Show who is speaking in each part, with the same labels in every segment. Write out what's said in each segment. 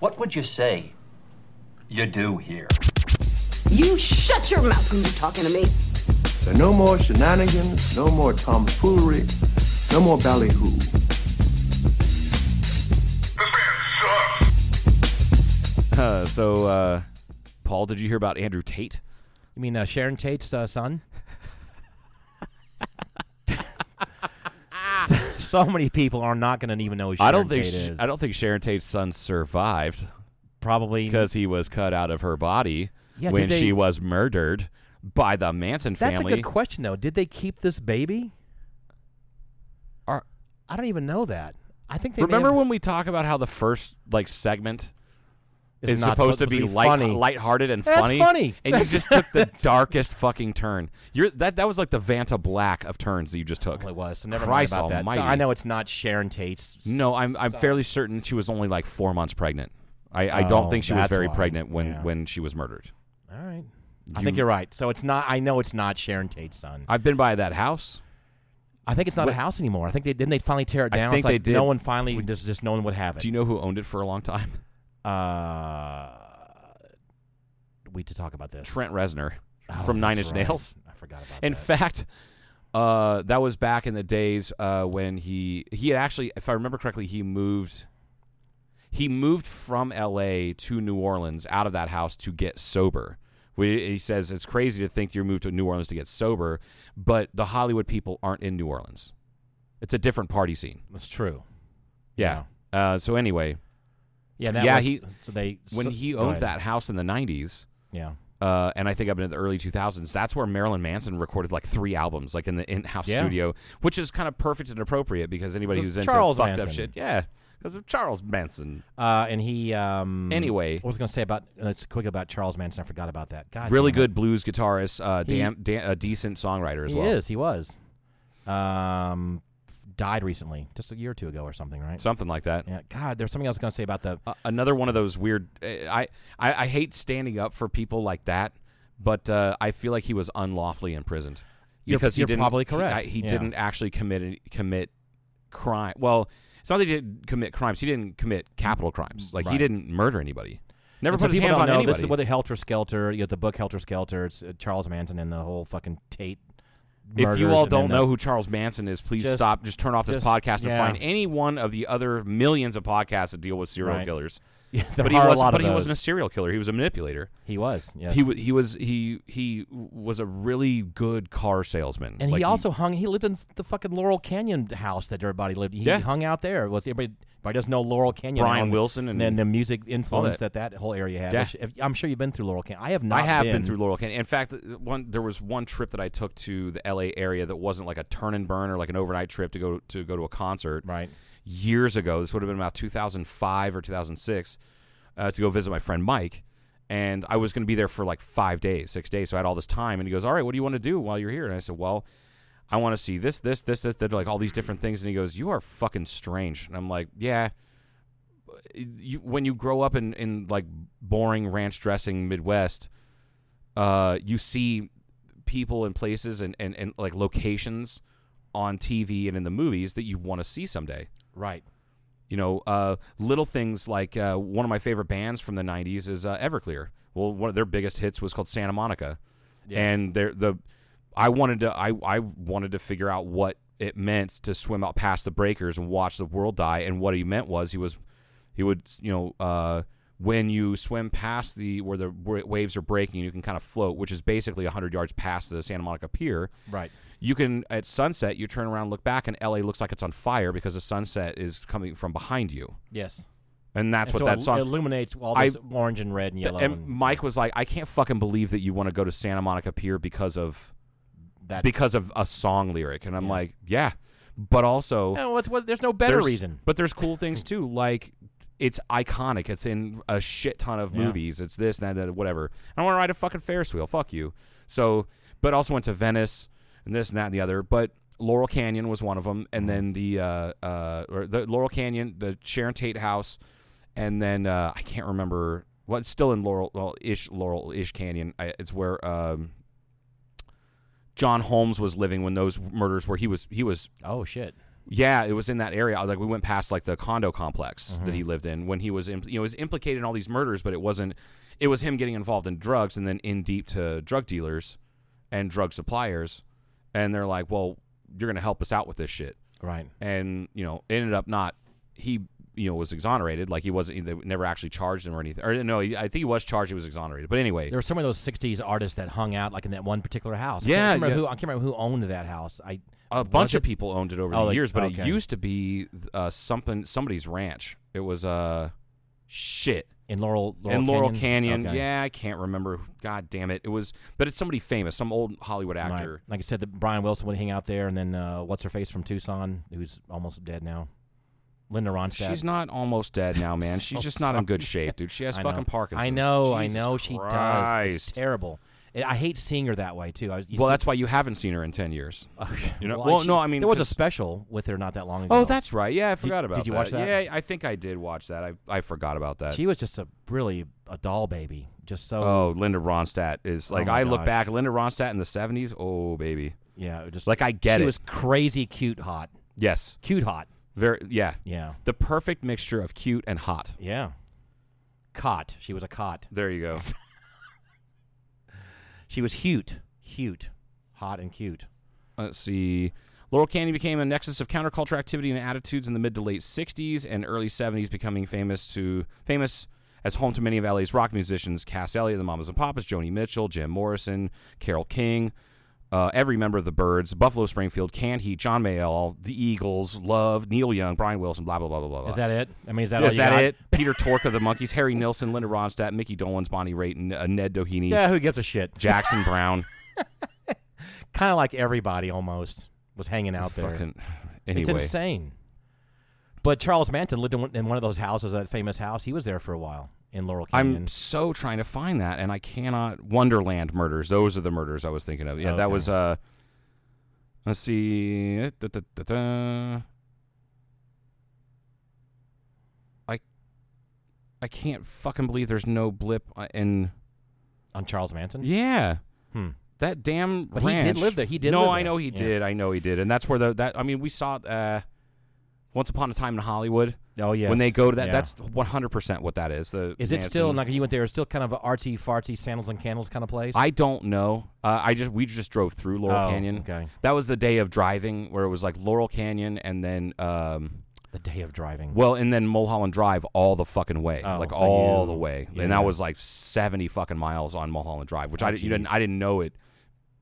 Speaker 1: What would you say you do here?
Speaker 2: You shut your mouth when you're talking to me.
Speaker 3: There are no more shenanigans, no more tomfoolery, no more ballyhoo.
Speaker 4: Uh, so, uh, Paul, did you hear about Andrew Tate?
Speaker 5: You mean uh, Sharon Tate's uh, son? so, so many people are not going to even know who Sharon
Speaker 4: I don't think
Speaker 5: Tate
Speaker 4: Sh-
Speaker 5: is.
Speaker 4: I don't think Sharon Tate's son survived
Speaker 5: Probably.
Speaker 4: because he was cut out of her body
Speaker 5: Mm-hmm. Yeah, did
Speaker 4: when
Speaker 5: they-
Speaker 4: she was murdered by the Manson
Speaker 5: That's
Speaker 4: family.
Speaker 5: a good question, though. Did they keep this baby?
Speaker 4: Are-
Speaker 5: I don't even know that. I think they may
Speaker 4: remember
Speaker 5: have-
Speaker 4: when we talk about how the first like segment
Speaker 5: it's
Speaker 4: is
Speaker 5: not
Speaker 4: supposed to be, light,
Speaker 5: funny.
Speaker 4: lighthearted and
Speaker 5: That's
Speaker 4: funny.
Speaker 5: funny.
Speaker 4: And you just took the darkest fucking turn. You're that that was like the Vanta Black of turns that you just took.
Speaker 5: Well, it was. So never
Speaker 4: Christ
Speaker 5: mind about that. So
Speaker 4: Almighty.
Speaker 5: I know it's not Sharon Tate's. s-
Speaker 4: No, I'm I'm
Speaker 5: son.
Speaker 4: fairly certain she was only like four months pregnant. I, I
Speaker 5: Oh,
Speaker 4: don't think she was
Speaker 5: that's
Speaker 4: very
Speaker 5: why.
Speaker 4: pregnant when,
Speaker 5: Yeah.
Speaker 4: when she was murdered.
Speaker 5: All right. I think you're right. So it's not. I know it's not Sharon Tate's son.
Speaker 4: I've been by that house.
Speaker 5: I think it's not
Speaker 4: Wh-
Speaker 5: a house anymore. I think they didn't they finally tear it
Speaker 4: I
Speaker 5: down.
Speaker 4: think
Speaker 5: It's
Speaker 4: they
Speaker 5: like
Speaker 4: did.
Speaker 5: No one finally just just no one would have it.
Speaker 4: Do you know who owned it for a long time?
Speaker 5: uh, we to talk about this
Speaker 4: Trent Reznor
Speaker 5: Oh,
Speaker 4: from Nine
Speaker 5: that's
Speaker 4: Inch
Speaker 5: right.
Speaker 4: Nails.
Speaker 5: I forgot about
Speaker 4: In
Speaker 5: that.
Speaker 4: fact, uh, that was back in the days uh, when he he had actually, if I remember correctly, he moved he moved from L.A. to New Orleans out of that house to get sober. We, he says it's crazy to think you moved to New Orleans to get sober, but the Hollywood people aren't in New Orleans. It's a different party scene.
Speaker 5: that's true.
Speaker 4: Yeah. Uh, so anyway,
Speaker 5: Yeah. That
Speaker 4: Yeah,
Speaker 5: was-
Speaker 4: he-
Speaker 5: So they
Speaker 4: when
Speaker 5: so-
Speaker 4: he
Speaker 5: go
Speaker 4: owned
Speaker 5: ahead.
Speaker 4: that house in the '90s,
Speaker 5: Yeah.
Speaker 4: uh, and I think up into the early 2000s. That's where Marilyn Manson recorded like three albums, like in the in-house
Speaker 5: Yeah.
Speaker 4: studio, which is kind of perfect and appropriate because anybody
Speaker 5: Because
Speaker 4: who's into
Speaker 5: Charles
Speaker 4: fucked up
Speaker 5: Manson.
Speaker 4: shit, yeah, because of Charles Manson.
Speaker 5: Uh, and he. Um,
Speaker 4: Anyway.
Speaker 5: I was going to say about uh, it's quick about Charles Manson. I forgot about that. God.
Speaker 4: really
Speaker 5: damn it.
Speaker 4: good blues guitarist, uh,
Speaker 5: He-
Speaker 4: damn, da- a decent songwriter as
Speaker 5: He
Speaker 4: well.
Speaker 5: is. He was. Um, f- died recently, just a year or two ago or something, right?
Speaker 4: Something like that.
Speaker 5: yeah. God, there's something else I was going to say about the.
Speaker 4: Uh, another one of those weird. eh, I, I I hate standing up for people like that, but uh, I feel like he was unlawfully imprisoned
Speaker 5: You're-
Speaker 4: because
Speaker 5: you're
Speaker 4: he didn't.
Speaker 5: probably
Speaker 4: he-
Speaker 5: correct.
Speaker 4: I- He,
Speaker 5: Yeah.
Speaker 4: didn't actually commit any- commit crime. Well, it's not that he didn't commit crimes. He didn't commit capital crimes. Like he
Speaker 5: Right.
Speaker 4: didn't murder anybody. Never
Speaker 5: And so
Speaker 4: put his
Speaker 5: people
Speaker 4: hands
Speaker 5: don't
Speaker 4: on
Speaker 5: know,
Speaker 4: anybody.
Speaker 5: This is what the Helter Skelter. You got the book Helter Skelter. It's uh, Charles Manson and the whole fucking Tate.
Speaker 4: if you
Speaker 5: murders
Speaker 4: all
Speaker 5: and then
Speaker 4: don't
Speaker 5: the-
Speaker 4: know who Charles Manson is, please
Speaker 5: Just-
Speaker 4: stop. Just turn off this
Speaker 5: just-
Speaker 4: podcast and
Speaker 5: yeah.
Speaker 4: find any one of the other millions of podcasts that deal with serial
Speaker 5: Right.
Speaker 4: killers.
Speaker 5: Yeah, there
Speaker 4: But he
Speaker 5: are a
Speaker 4: wasn't.
Speaker 5: lot
Speaker 4: But
Speaker 5: of
Speaker 4: he wasn't a
Speaker 5: those.
Speaker 4: serial killer. He was a manipulator.
Speaker 5: He was. Yes.
Speaker 4: He wa- he was he he was a really good car salesman,
Speaker 5: and
Speaker 4: Like,
Speaker 5: he also hung. He lived in the fucking Laurel Canyon house that everybody lived. He
Speaker 4: Yeah.
Speaker 5: hung out there. It was everybody? Everybody does know Laurel Canyon.
Speaker 4: Brian
Speaker 5: on-
Speaker 4: Wilson and-
Speaker 5: then the music influence
Speaker 4: that.
Speaker 5: that. that whole area had.
Speaker 4: Yeah.
Speaker 5: which- if- I'm sure you've been through Laurel Canyon. I have not.
Speaker 4: I have been, through Laurel Canyon. In fact, one there was one trip that I took to the L.A. area that wasn't like a turn and burn or like an overnight trip to go to go to a concert.
Speaker 5: Right.
Speaker 4: years ago. This would have been about 2005 or 2006 uh, to go visit my friend Mike. And I was going to be there for like five days, six days. So I had all this time. And he goes, All right, what do you want to do while you're here? And I said, Well, I want to see this, this, this, this, that, like all these different things. And he goes, You are fucking strange. And I'm like, Yeah. You, when you grow up in, in like boring ranch dressing Midwest, uh, you see people and places and, and, and like locations on TV and in the movies that you want to see someday.
Speaker 5: Right.
Speaker 4: You know, uh, little things like uh, one of my favorite bands from the '90s is uh, Everclear. Well, one of their biggest hits was called Santa Monica, and they're, the I wanted to I, I wanted to figure out what it meant to swim out past the breakers and watch the world die. And what he meant was he was he would you know uh, when you swim past the where the wa- waves are breaking, you can kind of float, which is basically 100 yards past the Santa Monica Pier
Speaker 5: Right.
Speaker 4: you can at sunset you turn around and look back and la looks like it's on fire because the sunset is coming from behind you
Speaker 5: Yes.
Speaker 4: and that's what
Speaker 5: And so
Speaker 4: that
Speaker 5: it
Speaker 4: song
Speaker 5: illuminates all
Speaker 4: I-
Speaker 5: this orange and red and yellow.
Speaker 4: and
Speaker 5: and
Speaker 4: mike was like i can't fucking believe that you want to go to santa monica pier because of
Speaker 5: that
Speaker 4: because of a song lyric and i'm like yeah but also
Speaker 5: No, it's, what, there's no better
Speaker 4: there's-
Speaker 5: reason.
Speaker 4: But there's cool things too, like it's iconic. It's in a shit ton of
Speaker 5: Yeah.
Speaker 4: movies. It's this, that, that, whatever. I don't want to ride a fucking Ferris wheel. Fuck you. So, but also went to Venice and this and that and the other. But Laurel Canyon was one of them, and then the uh, uh, or the Laurel Canyon, the Sharon Tate house, and then uh, I can't remember what. it's still in Laurel, well, ish Laurel ish Canyon. I, it's where. Um, John Holmes was living when those murders were. He was he was
Speaker 5: Oh shit.
Speaker 4: Yeah, it was in that area. Like we went past like the condo complex
Speaker 5: Mm-hmm.
Speaker 4: that he lived in when he was, im- you know, he was implicated in all these murders, but it wasn't. It was him getting involved in drugs and then in deep to drug dealers and drug suppliers, and they're like, "Well, you're going to help us out with this shit,"
Speaker 5: Right.
Speaker 4: and you know, it ended up not. He you know was exonerated. Like he wasn't. They never actually charged him or anything. Or no, he, I think he was charged. He was exonerated. But anyway,
Speaker 5: There were some of those '60s artists that hung out like in that one particular house.
Speaker 4: Yeah,
Speaker 5: I can't remember
Speaker 4: yeah.
Speaker 5: who. I can't remember who owned that house. I
Speaker 4: a bunch of people owned it over
Speaker 5: Oh,
Speaker 4: the
Speaker 5: like-
Speaker 4: years, but it
Speaker 5: okay.
Speaker 4: used to be uh, something somebody's ranch. It was uh shit
Speaker 5: in Laurel, Laurel
Speaker 4: in Laurel Canyon.
Speaker 5: Okay.
Speaker 4: Yeah, I can't remember. God damn it! It was, but it's somebody famous, some old Hollywood
Speaker 5: Right.
Speaker 4: actor.
Speaker 5: Like I said, that Brian Wilson would hang out there, and then uh, what's her face from Tucson, who's almost dead now, Linda Ronstadt.
Speaker 4: She's not almost dead now, man. She's
Speaker 5: So
Speaker 4: just not in good shape, dude. She has
Speaker 5: I know.
Speaker 4: fucking Parkinson's.
Speaker 5: I know,
Speaker 4: Jesus
Speaker 5: I know, she does. It's
Speaker 4: Christ.
Speaker 5: terrible. I I hate seeing her that way too. I was, you
Speaker 4: Well,
Speaker 5: see-
Speaker 4: that's why you haven't seen her in ten years. You know?
Speaker 5: Well,
Speaker 4: Well,
Speaker 5: she-
Speaker 4: no, I mean
Speaker 5: there was a
Speaker 4: 'cause-
Speaker 5: special with her not that long ago.
Speaker 4: Oh, that's right. Yeah, I forgot about.
Speaker 5: did you watch that?
Speaker 4: Yeah, I think I did watch that. I I forgot about that.
Speaker 5: she was just a really a doll baby, just so
Speaker 4: Oh, Linda Ronstadt is like
Speaker 5: Oh my
Speaker 4: I look
Speaker 5: gosh.
Speaker 4: back. Linda Ronstadt in the seventies. Oh, baby.
Speaker 5: yeah, just
Speaker 4: Like, I get
Speaker 5: she
Speaker 4: it.
Speaker 5: was crazy cute, hot,
Speaker 4: Yes.
Speaker 5: cute, hot.
Speaker 4: Very. Yeah.
Speaker 5: Yeah,
Speaker 4: The perfect mixture of cute and hot.
Speaker 5: yeah. Cot. She was a cot.
Speaker 4: There you go.
Speaker 5: She was cute, cute, hot and cute.
Speaker 4: Let's see. Laurel Canyon became a nexus of counterculture activity and attitudes in the mid to late '60s and early '70s, becoming famous to famous as home to many of LA's rock musicians: Cass Elliot, the Mamas and Papas, Joni Mitchell, Jim Morrison, Carol King, uh, every member of the Birds, Buffalo Springfield, Can Heat, John Mayall, the Eagles, Love, Neil Young, Brian Wilson, blah blah blah blah blah. blah.
Speaker 5: Is that it? I mean, is that all
Speaker 4: Is
Speaker 5: you
Speaker 4: that
Speaker 5: got?
Speaker 4: it? Peter Tork of the Monkeys, Harry Nilsson, Linda Ronstadt, Mickey Dolans, Bonnie Raitt, N- uh, Ned Doheny,
Speaker 5: Yeah, who gives a shit?
Speaker 4: Jackson Brown.
Speaker 5: Kind of like everybody almost was hanging out there.
Speaker 4: Fucking
Speaker 5: It's
Speaker 4: anyway.
Speaker 5: insane. But Charles Manson lived in one, in one of those houses, that famous house. He was there for a while in Laurel Canyon.
Speaker 4: I'm so trying to find that, and I cannot. Wonderland murders. Those are the murders I was thinking of. Yeah, that
Speaker 5: Okay.
Speaker 4: was. uh Let's see. eh, da, da, da, da. I I can't fucking believe there's no blip uh, in.
Speaker 5: on Charles Manson.
Speaker 4: Yeah.
Speaker 5: Hmm.
Speaker 4: That damn
Speaker 5: But he did
Speaker 4: ranch.
Speaker 5: live there. He did
Speaker 4: No,
Speaker 5: live
Speaker 4: I
Speaker 5: there.
Speaker 4: know he
Speaker 5: Yeah.
Speaker 4: did. I know he did, and that's where the that. I mean, we saw uh, once upon a time in Hollywood
Speaker 5: Oh yeah.
Speaker 4: when they go to that.
Speaker 5: Yeah.
Speaker 4: That's one hundred percent what that is. The
Speaker 5: Is it still
Speaker 4: Manson-
Speaker 5: like you went there? It's still kind of a artsy fartsy sandals and candles kind of place.
Speaker 4: I don't know. Uh, I just we just drove through Laurel
Speaker 5: Oh,
Speaker 4: Canyon.
Speaker 5: okay.
Speaker 4: That was the day of driving where it was like Laurel Canyon and then um
Speaker 5: the day of driving.
Speaker 4: well and then Mulholland Drive all the fucking way.
Speaker 5: Oh,
Speaker 4: like
Speaker 5: so
Speaker 4: all
Speaker 5: you-
Speaker 4: the way.
Speaker 5: yeah. Oh,
Speaker 4: And that was like 70 fucking miles on Mulholland Drive, which I didn't you didn't I didn't know it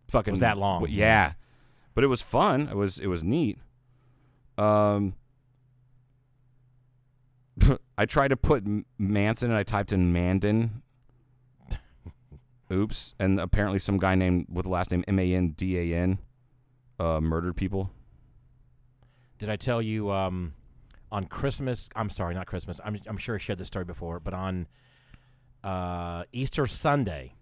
Speaker 4: fucking
Speaker 5: Was that long.
Speaker 4: w- Yeah. But it was fun. It was it was neat. Um I tried to put M- Manson and I typed in Mandan. Oops. And apparently some guy named with the last name M A N D A N uh murdered people.
Speaker 5: Did I tell you um, on Christmas? I'm sorry, not Christmas. I'm I'm sure I shared this story before, but on uh, Easter Sunday,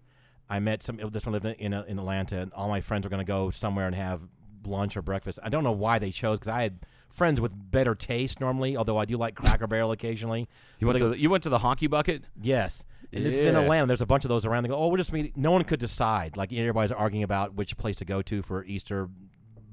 Speaker 5: I met some. uh, This one lived in in, in Atlanta, and all my friends were going to go somewhere and have lunch or breakfast. I don't know why they chose because I had friends with better taste normally, although I do like Cracker Barrel occasionally.
Speaker 4: You went to the, you went to the honky bucket?
Speaker 5: Yes. And this is in
Speaker 4: Yeah.
Speaker 5: Atlanta. There's a bunch of those around. They go, oh, we're just meeting. No one could decide. Like everybody's arguing about which place to go to for Easter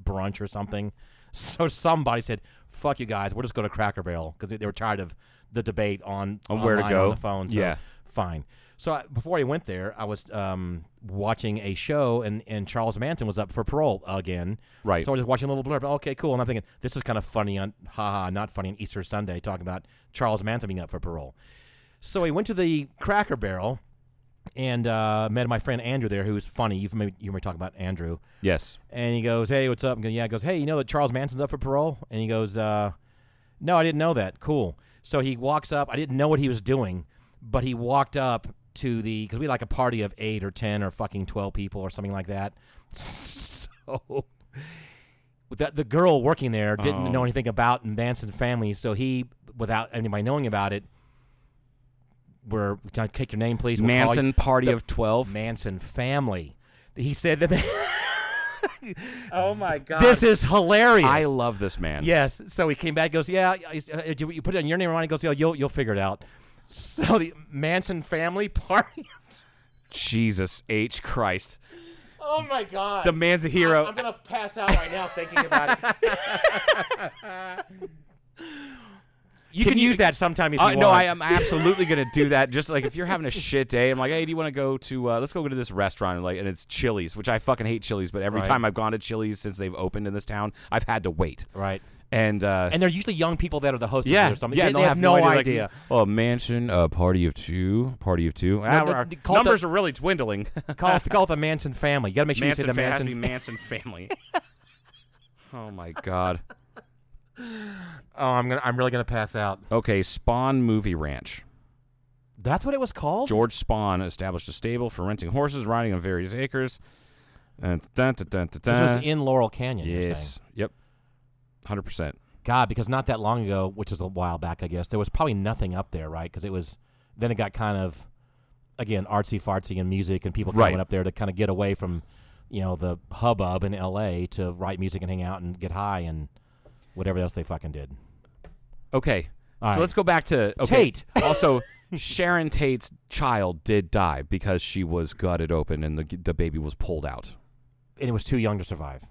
Speaker 5: brunch or something. So somebody said, "Fuck you guys, we'll just go to Cracker Barrel" because they, they were tired of the debate on,
Speaker 4: On where to
Speaker 5: online,
Speaker 4: go.
Speaker 5: on the phone. So
Speaker 4: Yeah.
Speaker 5: fine. So I, before I went there, I was um, watching a show, and, and Charles Manson was up for parole again.
Speaker 4: Right.
Speaker 5: So I was just watching a little blurb. Okay, cool. And I'm thinking this is kind of funny on, haha, not funny on Easter Sunday, talking about Charles Manson being up for parole. So I went to the Cracker Barrel and uh, met my friend Andrew there, who's funny. You've maybe, you were talking about Andrew,
Speaker 4: Yes.
Speaker 5: and he goes, "Hey, what's up?" And yeah, he goes, "Hey, you know that Charles Manson's up for parole?" And he goes, uh, "No, I didn't know that. Cool." So he walks up. I didn't know what he was doing, but he walked up to the because we had like a party of eight or ten or fucking twelve people or something like that. So that the girl working there didn't
Speaker 4: Oh.
Speaker 5: know anything about Manson family, so he, without anybody knowing about it, we're can I take your name, please? We'll call you-
Speaker 4: Manson party
Speaker 5: the
Speaker 4: of 12.
Speaker 5: Manson family. He said that. oh my god! This is hilarious.
Speaker 4: I love this man.
Speaker 5: Yes. So he came back. Goes, yeah. I- I- do You put it on your name, Ronnie. He Goes, yeah. You'll you'll figure it out. So the Manson family party.
Speaker 4: Jesus H. Christ.
Speaker 5: Oh my god.
Speaker 4: The man's a hero.
Speaker 5: I'm gonna pass out right now thinking about it. you can, use that sometime if you
Speaker 4: Uh,
Speaker 5: want.
Speaker 4: no, I am absolutely gonna do that. Just like if you're having a shit day, I'm like, hey, do you want to go to? Uh, let's go to this restaurant, and like, and it's Chili's, which I fucking hate Chili's. But every
Speaker 5: Right.
Speaker 4: time I've gone to Chili's since they've opened in this town, I've had to wait.
Speaker 5: Right.
Speaker 4: And uh,
Speaker 5: And they're usually young people that are the hostesses
Speaker 4: yeah,
Speaker 5: or something.
Speaker 4: yeah,
Speaker 5: they,
Speaker 4: and
Speaker 5: they
Speaker 4: they'll
Speaker 5: have, no idea.
Speaker 4: like, oh, mansion, uh, party of two, party of two. Ah,
Speaker 5: no,
Speaker 4: our
Speaker 5: d- call it
Speaker 4: numbers
Speaker 5: the-
Speaker 4: are really dwindling.
Speaker 5: call, it- call it the Manson family. You gotta make sure
Speaker 4: Manson,
Speaker 5: you say the
Speaker 4: fa- has to
Speaker 5: Manson.
Speaker 4: be Manson family. oh my god.
Speaker 5: oh, I'm gonna. I'm really gonna pass out.
Speaker 4: Okay, Spawn Movie Ranch.
Speaker 5: That's what it was called.
Speaker 4: George Spawn established a stable for renting horses riding on various acres. And dun, dun, dun, dun,
Speaker 5: This
Speaker 4: dun.
Speaker 5: was in Laurel Canyon. you're saying.
Speaker 4: yes. Yep. 100%.
Speaker 5: God, because not that long ago, which is a while back, I guess, there was probably nothing up there, right? Because it was then it got kind of again artsy fartsy and music, and people kind
Speaker 4: Right.
Speaker 5: of went up there to kind of get away from you know the hubbub in L.A. to write music and hang out and get high and whatever else they fucking did.
Speaker 4: Okay.
Speaker 5: All
Speaker 4: so
Speaker 5: right.
Speaker 4: let's go back to okay.
Speaker 5: Tate.
Speaker 4: also, Sharon Tate's child did die because she was gutted open and the the baby was pulled out.
Speaker 5: And it was too young to survive.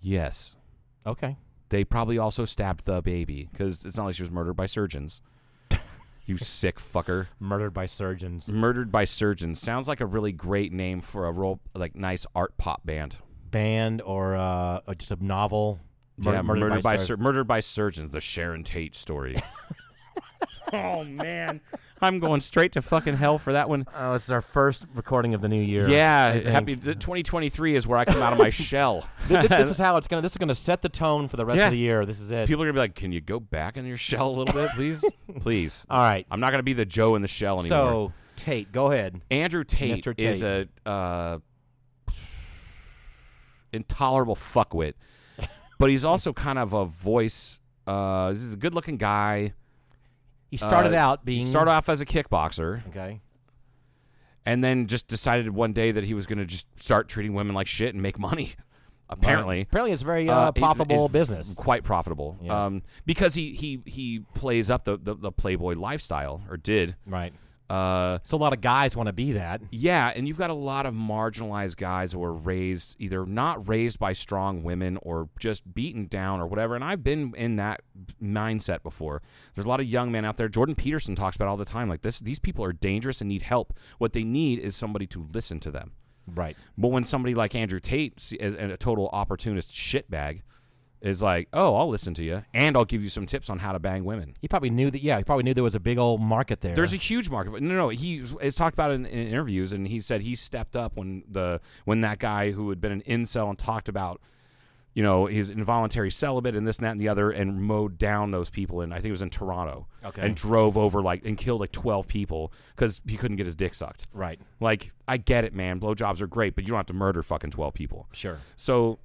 Speaker 4: Yes.
Speaker 5: Okay,
Speaker 4: They probably also stabbed the baby because it's not like she was murdered by surgeons. you sick fucker.
Speaker 5: murdered by surgeons.
Speaker 4: Murdered by Surgeons sounds like a really great name for a role, like nice art pop band.
Speaker 5: band or, uh, or just a novel. Mur-
Speaker 4: yeah, murdered, by,
Speaker 5: Sur-
Speaker 4: Sur- murdered by Surgeons, the Sharon Tate story. oh man, I'm going straight to fucking hell for that one.
Speaker 5: Oh, it's our first recording of the new year.
Speaker 4: Yeah,
Speaker 5: I think.
Speaker 4: happy th- 2023 is where I come out of my shell.
Speaker 5: Th- th- this is how it's gonna. This is gonna set the tone for the rest
Speaker 4: Yeah.
Speaker 5: of the year. This is it.
Speaker 4: People are gonna be like, "Can you go back in your shell a little bit, please? please."
Speaker 5: All right.
Speaker 4: I'm not gonna be the Joe in the shell anymore.
Speaker 5: So Tate, go ahead.
Speaker 4: Andrew Tate,
Speaker 5: Mr.
Speaker 4: is a uh, intolerable fuckwit, but he's also kind of a voice. Uh, this is a good-looking guy.
Speaker 5: He started
Speaker 4: Uh,
Speaker 5: out
Speaker 4: He
Speaker 5: being
Speaker 4: started off as a kickboxer,
Speaker 5: Okay.
Speaker 4: and then just decided one day that he was going to just start treating women like shit and make money. Apparently,
Speaker 5: apparently, it's very uh,
Speaker 4: Uh, it-
Speaker 5: profitable
Speaker 4: it's
Speaker 5: business.
Speaker 4: quite profitable.
Speaker 5: Yes.
Speaker 4: Um, because he he he plays up the, the the playboy lifestyle, or did.
Speaker 5: Right.
Speaker 4: Uh,
Speaker 5: So a lot of guys want to be that.
Speaker 4: Yeah, and you've got a lot of marginalized guys who were raised either not raised by strong women or just beaten down or whatever. And I've been in that mindset before. There's a lot of young men out there. Jordan Peterson talks about it all the time. Like this, these people are dangerous and need help. What they need is somebody to listen to them.
Speaker 5: Right.
Speaker 4: But when somebody like Andrew Tate, see- is- and a total opportunist shitbag, is like, "Oh, I'll listen to you, and I'll give you some tips on how to bang women."
Speaker 5: He probably knew that. Yeah, he probably knew there was a big old market there.
Speaker 4: There's a huge market. No, no, he it's talked about in, in interviews, and he said he stepped up when the when that guy who had been an incel and talked about, you know, his involuntary celibate and this and that and the other, and mowed down those people. And I think it was in Toronto,
Speaker 5: Okay.
Speaker 4: and drove over like and killed like twelve people because he couldn't get his dick sucked.
Speaker 5: right.
Speaker 4: Like I get it, man. Blowjobs are great, but you don't have to murder fucking twelve people.
Speaker 5: Sure.
Speaker 4: So,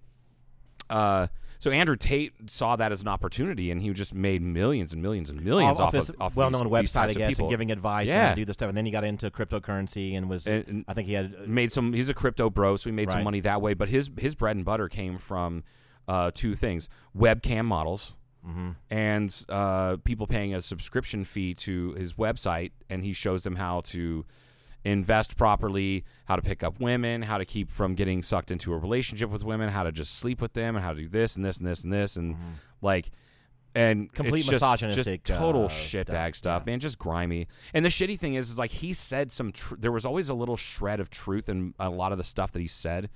Speaker 4: uh, so Andrew Tate saw that as an opportunity, and he just made millions and millions and millions off,
Speaker 5: this
Speaker 4: of off
Speaker 5: well-known
Speaker 4: these, these
Speaker 5: website,
Speaker 4: types
Speaker 5: I
Speaker 4: of
Speaker 5: guess,
Speaker 4: people.
Speaker 5: and giving advice
Speaker 4: Yeah.
Speaker 5: and do this stuff. And then he got into cryptocurrency and was.
Speaker 4: And- and-
Speaker 5: I think he had.
Speaker 4: made some. He's a crypto bro, so he made some
Speaker 5: Right.
Speaker 4: money that way. But his his bread and butter came from uh, two things: webcam models
Speaker 5: Mm-hmm.
Speaker 4: and uh, people paying a subscription fee to his website, and he shows them how to invest properly, how to pick up women, how to keep from getting sucked into a relationship with women, how to just sleep with them, and how to do this and this and this and this and like. And
Speaker 5: Mm-hmm. Complete
Speaker 4: it's just-
Speaker 5: misogynistic,
Speaker 4: just total
Speaker 5: uh,
Speaker 4: shitbag stuff, man. Just grimy. And the shitty thing is, is like he said some. Tr- there was always a little shred of truth in a lot of the stuff that he said,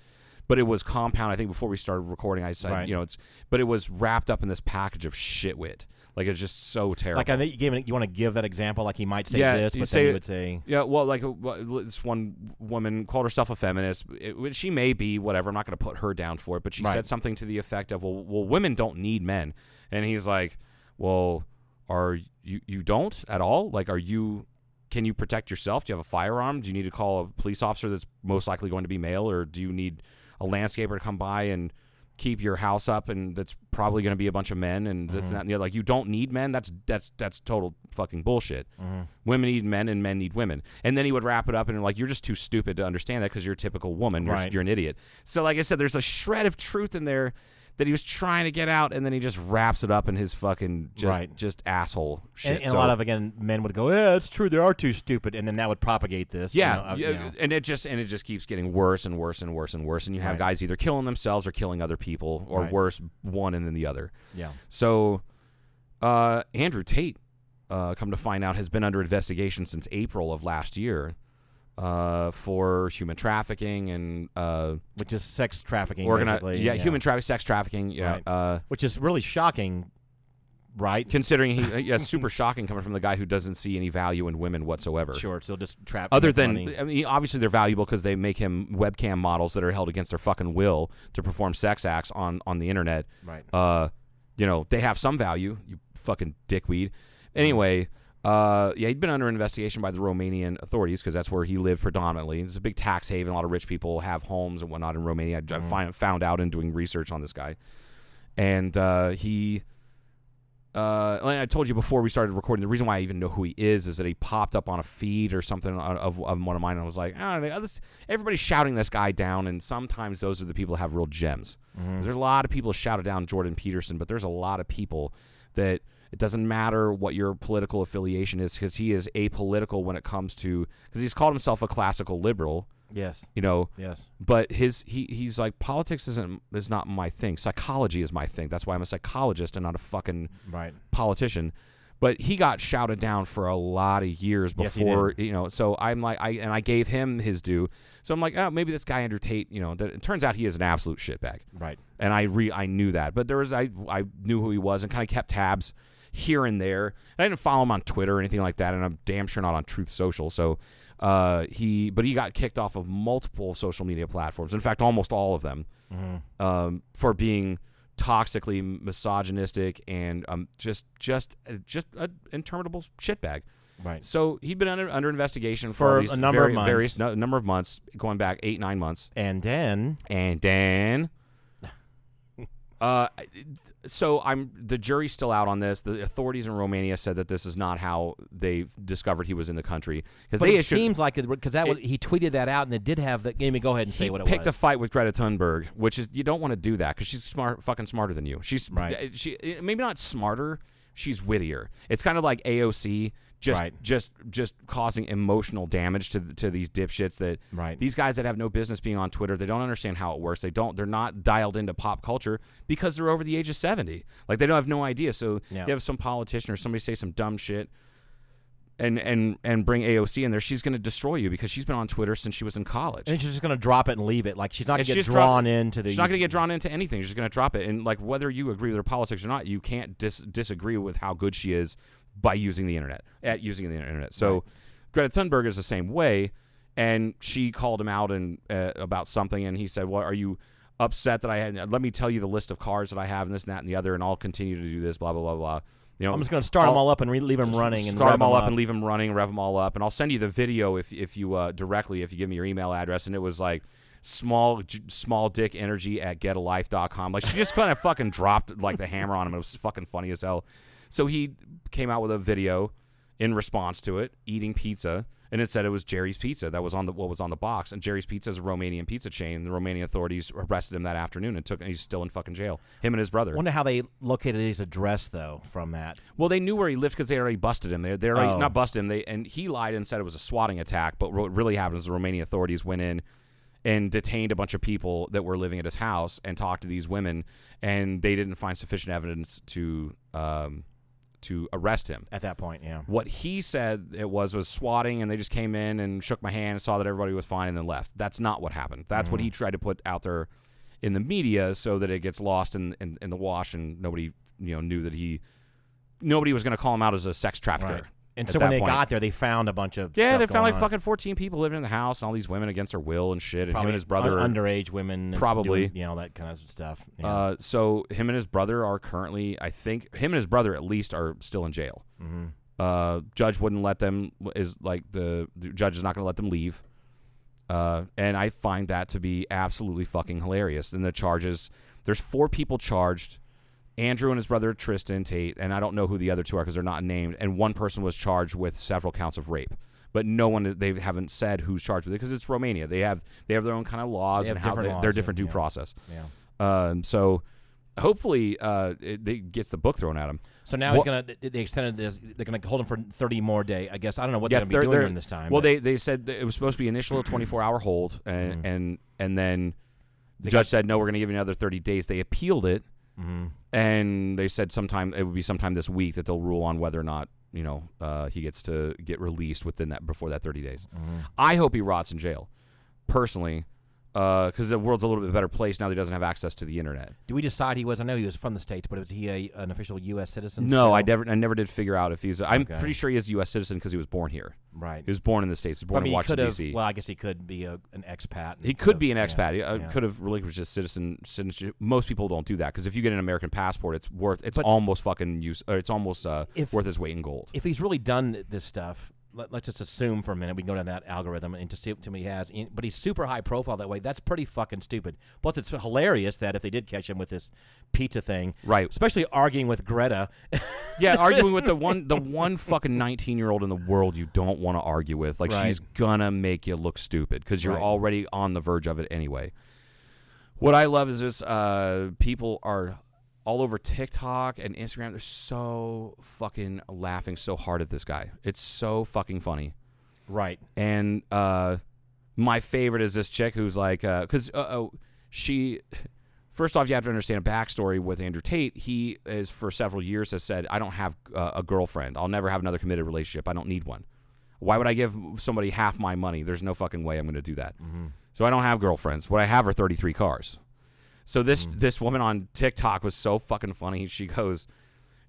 Speaker 4: but it was compound. I think before we started recording, I said,
Speaker 5: Right.
Speaker 4: you know, it's but it was wrapped up in this package of shitwit. Like it's just so terrible.
Speaker 5: like I think you gave. an- You want to give that example? Like he might say this,
Speaker 4: you
Speaker 5: but
Speaker 4: say-
Speaker 5: then he would say.
Speaker 4: yeah. Well, like uh, well, this one woman called herself a feminist. It- which she may be whatever. I'm not going to put her down for it, but she
Speaker 5: Right.
Speaker 4: said something to the effect of, "Well, well, women don't need men," and he's like, "Well, are you you don't at all? Like, are you?" Can you protect yourself? Do you have a firearm? Do you need to call a police officer that's most likely going to be male, or do you need a landscaper to come by and keep your house up? And that's probably going to be a bunch of men, and
Speaker 5: Mm-hmm.
Speaker 4: this and that. And the other. Like you don't need men. That's that's that's total fucking bullshit.
Speaker 5: Mm-hmm.
Speaker 4: Women need men, and men need women. And then he would wrap it up and like you're just too stupid to understand that because you're a typical woman. You're,
Speaker 5: Right.
Speaker 4: you're an idiot. So like I said, there's a shred of truth in there that he was trying to get out, and then he just wraps it up in his fucking just
Speaker 5: Right.
Speaker 4: just asshole shit.
Speaker 5: And, and
Speaker 4: So-
Speaker 5: a lot of again men would go, "Yeah, it's true. They are too stupid," and then that would propagate this. you know,
Speaker 4: yeah,
Speaker 5: of-
Speaker 4: yeah,
Speaker 5: you know.
Speaker 4: uh, and it just and it just keeps getting worse and worse and worse and worse, and you have
Speaker 5: Right.
Speaker 4: guys either killing themselves or killing other people, or
Speaker 5: Right.
Speaker 4: worse, one and then the other.
Speaker 5: yeah.
Speaker 4: So, uh, Andrew Tate, uh, come to find out, has been under investigation since April of last year uh, for human trafficking and uh,
Speaker 5: Which is sex trafficking,
Speaker 4: organized,
Speaker 5: basically.
Speaker 4: yeah, human trafficking, sex trafficking. Yeah,
Speaker 5: Right.
Speaker 4: uh,
Speaker 5: which is really shocking, right?
Speaker 4: considering he, uh, yeah, super shocking coming from the guy who doesn't see any value in women whatsoever.
Speaker 5: Sure, so just trap.
Speaker 4: Other
Speaker 5: make
Speaker 4: than,
Speaker 5: money.
Speaker 4: I mean, obviously they're valuable because they make him webcam models that are held against their fucking will to perform sex acts on on the internet.
Speaker 5: right,
Speaker 4: uh, you know, they have some value. You fucking dickweed. Anyway, uh, yeah, he'd been under investigation by the Romanian authorities because that's where he lived predominantly. It's a big tax haven. A lot of rich people have homes and whatnot in Romania. I, I
Speaker 5: Mm.
Speaker 4: find, found out in doing research on this guy, and uh, he. Uh, and I told you before we started recording, the reason why I even know who he is is that he popped up on a feed or something on- of, of one of mine, and I was like, I don't know, this, everybody's shouting this guy down, and sometimes those are the people that have real gems. There's a lot of people shouted down Jordan Peterson, but there's a lot of people that it doesn't matter what your political affiliation is because he is apolitical when it comes to because he's called himself a classical liberal,
Speaker 5: yes,
Speaker 4: you know,
Speaker 5: yes,
Speaker 4: but his he he's like politics isn't is not my thing. Psychology is my thing. That's why I'm a psychologist and not a fucking
Speaker 5: right,
Speaker 4: politician. But he got shouted down for a lot of years
Speaker 5: Yes, he
Speaker 4: before, you know. So I'm like, I and I gave him his due. So I'm like, oh, maybe this guy Andrew Tate, you know. That, it turns out he is an absolute shitbag
Speaker 5: right,
Speaker 4: and I re I knew that. But there was I I knew who he was and kind of kept tabs here and there. And I didn't follow him on Twitter or anything like that, and I'm damn sure not on Truth Social. So uh, he but he got kicked off of multiple social media platforms. In fact, almost all of them
Speaker 5: Mm-hmm.
Speaker 4: um, for being toxically misogynistic and um, just just uh, just an interminable shitbag.
Speaker 5: right.
Speaker 4: So he'd been under, under investigation
Speaker 5: For
Speaker 4: for, all these
Speaker 5: a number of
Speaker 4: vari-
Speaker 5: months.
Speaker 4: various nu- number of months, going back eight nine months
Speaker 5: And then
Speaker 4: and then uh so i'm the jury's still out on this the authorities in romania said that this is not how they discovered he was in the country because
Speaker 5: But
Speaker 4: they
Speaker 5: it
Speaker 4: issued-
Speaker 5: seems like it because that would, he tweeted that out and it did have that. Give me go ahead and
Speaker 4: he
Speaker 5: say what it
Speaker 4: picked a
Speaker 5: was.
Speaker 4: fight with Greta Thunberg, which is you don't want to do that because she's smart, fucking smarter than you. She's eh,
Speaker 5: Right.
Speaker 4: She maybe not smarter, she's wittier. It's kind of like AOC, just
Speaker 5: Right.
Speaker 4: just just causing emotional damage to th- to these dipshits that
Speaker 5: Right.
Speaker 4: these guys that have no business being on Twitter. They don't understand how it works. They don't. They're not dialed into pop culture because they're over the age of seventy. Like they don't have no idea. So
Speaker 5: Yeah.
Speaker 4: you have some politician or somebody say some dumb shit and and and bring AOC in there. She's going to destroy you because she's been on Twitter since she was in college.
Speaker 5: and she's just going to drop it and leave it. Like she's not going
Speaker 4: And
Speaker 5: to
Speaker 4: she's
Speaker 5: get
Speaker 4: just
Speaker 5: drawn
Speaker 4: drop-
Speaker 5: into the.
Speaker 4: She's not going to get drawn into anything. She's just going to drop it. And like whether you agree with her politics or not, you can't dis- disagree with how good she is by using the internet. At using the internet, so Greta Thunberg is the same way. And she called him out and uh, about something, and he said, "Well, are you upset that I had? Let me tell you the list of cars that I have, and this, and that, and the other, and I'll continue to do this." Blah blah blah blah. You know,
Speaker 5: I'm just going to start them
Speaker 4: I'll-
Speaker 5: all up and re- leave them running and
Speaker 4: start
Speaker 5: rev
Speaker 4: them all up, and leave them running, rev them all up, and I'll send you the video if if you uh, directly if you give me your email address. And it was like small j- small dick energy at getalife.com. Like she just kind of fucking dropped like the hammer on him. It was fucking funny as hell. So he came out with a video in response to it, eating pizza, and it said it was Jerry's Pizza that was on the what was on the box. And Jerry's Pizza is a Romanian pizza chain. The Romanian authorities arrested him that afternoon and took. And he's still in fucking jail. Him and his brother.
Speaker 5: Wonder how they located his address though from that.
Speaker 4: Well, they knew where he lived because they already busted him. They they already
Speaker 5: Oh.
Speaker 4: not busted him. They and he lied and said it was a swatting attack. But what really happened is the Romanian authorities went in and detained a bunch of people that were living at his house and talked to these women, and they didn't find sufficient evidence to um, to arrest him.
Speaker 5: At that point, yeah.
Speaker 4: What he said it was was swatting, and they just came in and shook my hand and saw that everybody was fine and then left. That's not what happened. That's what he
Speaker 5: Mm-hmm.
Speaker 4: tried to put out there in the media so that it gets lost in, in, in the wash and nobody you know knew that he nobody was going to call him out as a sex trafficker.
Speaker 5: Right. And
Speaker 4: at
Speaker 5: so when
Speaker 4: that
Speaker 5: they
Speaker 4: point.
Speaker 5: got there, they found a bunch of
Speaker 4: yeah,
Speaker 5: stuff
Speaker 4: they found
Speaker 5: going
Speaker 4: like
Speaker 5: on.
Speaker 4: fucking fourteen people living in the house and all these women against their will and shit. And him
Speaker 5: Probably
Speaker 4: and his brother
Speaker 5: un-
Speaker 4: are-
Speaker 5: underage women, and
Speaker 4: Probably.
Speaker 5: doing, you know that kind of stuff. Yeah.
Speaker 4: Uh, so him and his brother are currently, I think, him and his brother at least are still in jail.
Speaker 5: Mm-hmm.
Speaker 4: Uh, judge wouldn't let them is like the, the judge is not going to let them leave. Uh, and I find that to be absolutely fucking hilarious. And the charges, there's four people charged. Andrew and his brother Tristan Tate, and I don't know who the other two are because they're not named. And one person was charged with several counts of rape, but no one they haven't said who's charged with it because it's Romania. They have they have their own kind of laws
Speaker 5: They have
Speaker 4: and how
Speaker 5: different
Speaker 4: they,
Speaker 5: laws,
Speaker 4: they're different due
Speaker 5: yeah.
Speaker 4: process.
Speaker 5: yeah.
Speaker 4: Um, so hopefully uh, it, they gets the book thrown at him.
Speaker 5: So now
Speaker 4: What-
Speaker 5: he's gonna. They they extended this. They're gonna hold him for thirty more day. I guess I don't know what they're gonna
Speaker 4: they're-
Speaker 5: be doing
Speaker 4: they're-
Speaker 5: during this time.
Speaker 4: Well,
Speaker 5: but
Speaker 4: they they said that it was supposed to be initial a 24 hour hold, and
Speaker 5: Mm-hmm.
Speaker 4: and and then the judge said no, we're going to give you another 30 days. They appealed it,
Speaker 5: Mm-hmm.
Speaker 4: and they said sometime it would be sometime this week that they'll rule on whether or not you know uh, he gets to get released within that before that 30 days.
Speaker 5: Mm-hmm.
Speaker 4: I hope he rots in jail, personally. Because the world's a little bit better place now that he doesn't have access to the internet.
Speaker 5: do we decide he was? I know he was from the states, but was he a, an official U.S. citizen?
Speaker 4: No, I
Speaker 5: still?
Speaker 4: never, I never did figure out if he's. A, I'm
Speaker 5: Okay.
Speaker 4: pretty sure he is a U.S. citizen because he was born here.
Speaker 5: Right.
Speaker 4: He was born in the states. He was
Speaker 5: I
Speaker 4: born in
Speaker 5: mean, he could
Speaker 4: Washington
Speaker 5: have.
Speaker 4: D.C.
Speaker 5: Well, I guess he could be a, an expat. and
Speaker 4: He could
Speaker 5: have-
Speaker 4: be an
Speaker 5: yeah,
Speaker 4: expat. He uh,
Speaker 5: yeah.
Speaker 4: could have relinquished his citizen citizenship. Most people don't do that because if you get an American passport, it's worth it's almost fucking use. Or it's almost uh,
Speaker 5: If-
Speaker 4: worth its weight in gold.
Speaker 5: If he's really done this stuff, let, let's just assume for a minute we can go down that algorithm and to see what he has. in- But he's super high profile that way. That's pretty fucking stupid. Plus, it's hilarious that if they did catch him with this pizza thing,
Speaker 4: Right.
Speaker 5: Especially arguing with Greta.
Speaker 4: yeah, arguing with the one the one fucking nineteen year old in the world you don't want to argue with. Like
Speaker 5: Right.
Speaker 4: she's gonna make you look stupid because you're
Speaker 5: Right.
Speaker 4: already on the verge of it anyway. What I love is this: uh, people are all over TikTok and Instagram. They're so fucking laughing so hard at this guy. It's so fucking funny.
Speaker 5: right.
Speaker 4: and uh, my favorite is this chick who's like, because uh, oh, she. First off, you have to understand a backstory with Andrew Tate. He is for several years has said, "I don't have uh, a girlfriend. I'll never have another committed relationship. I don't need one. Why would I give somebody half my money? There's no fucking way I'm going to do that.
Speaker 5: Mm-hmm.
Speaker 4: So I don't have girlfriends. What I have are 33 cars. So this
Speaker 5: Mm.
Speaker 4: this woman on TikTok was so fucking funny. She goes,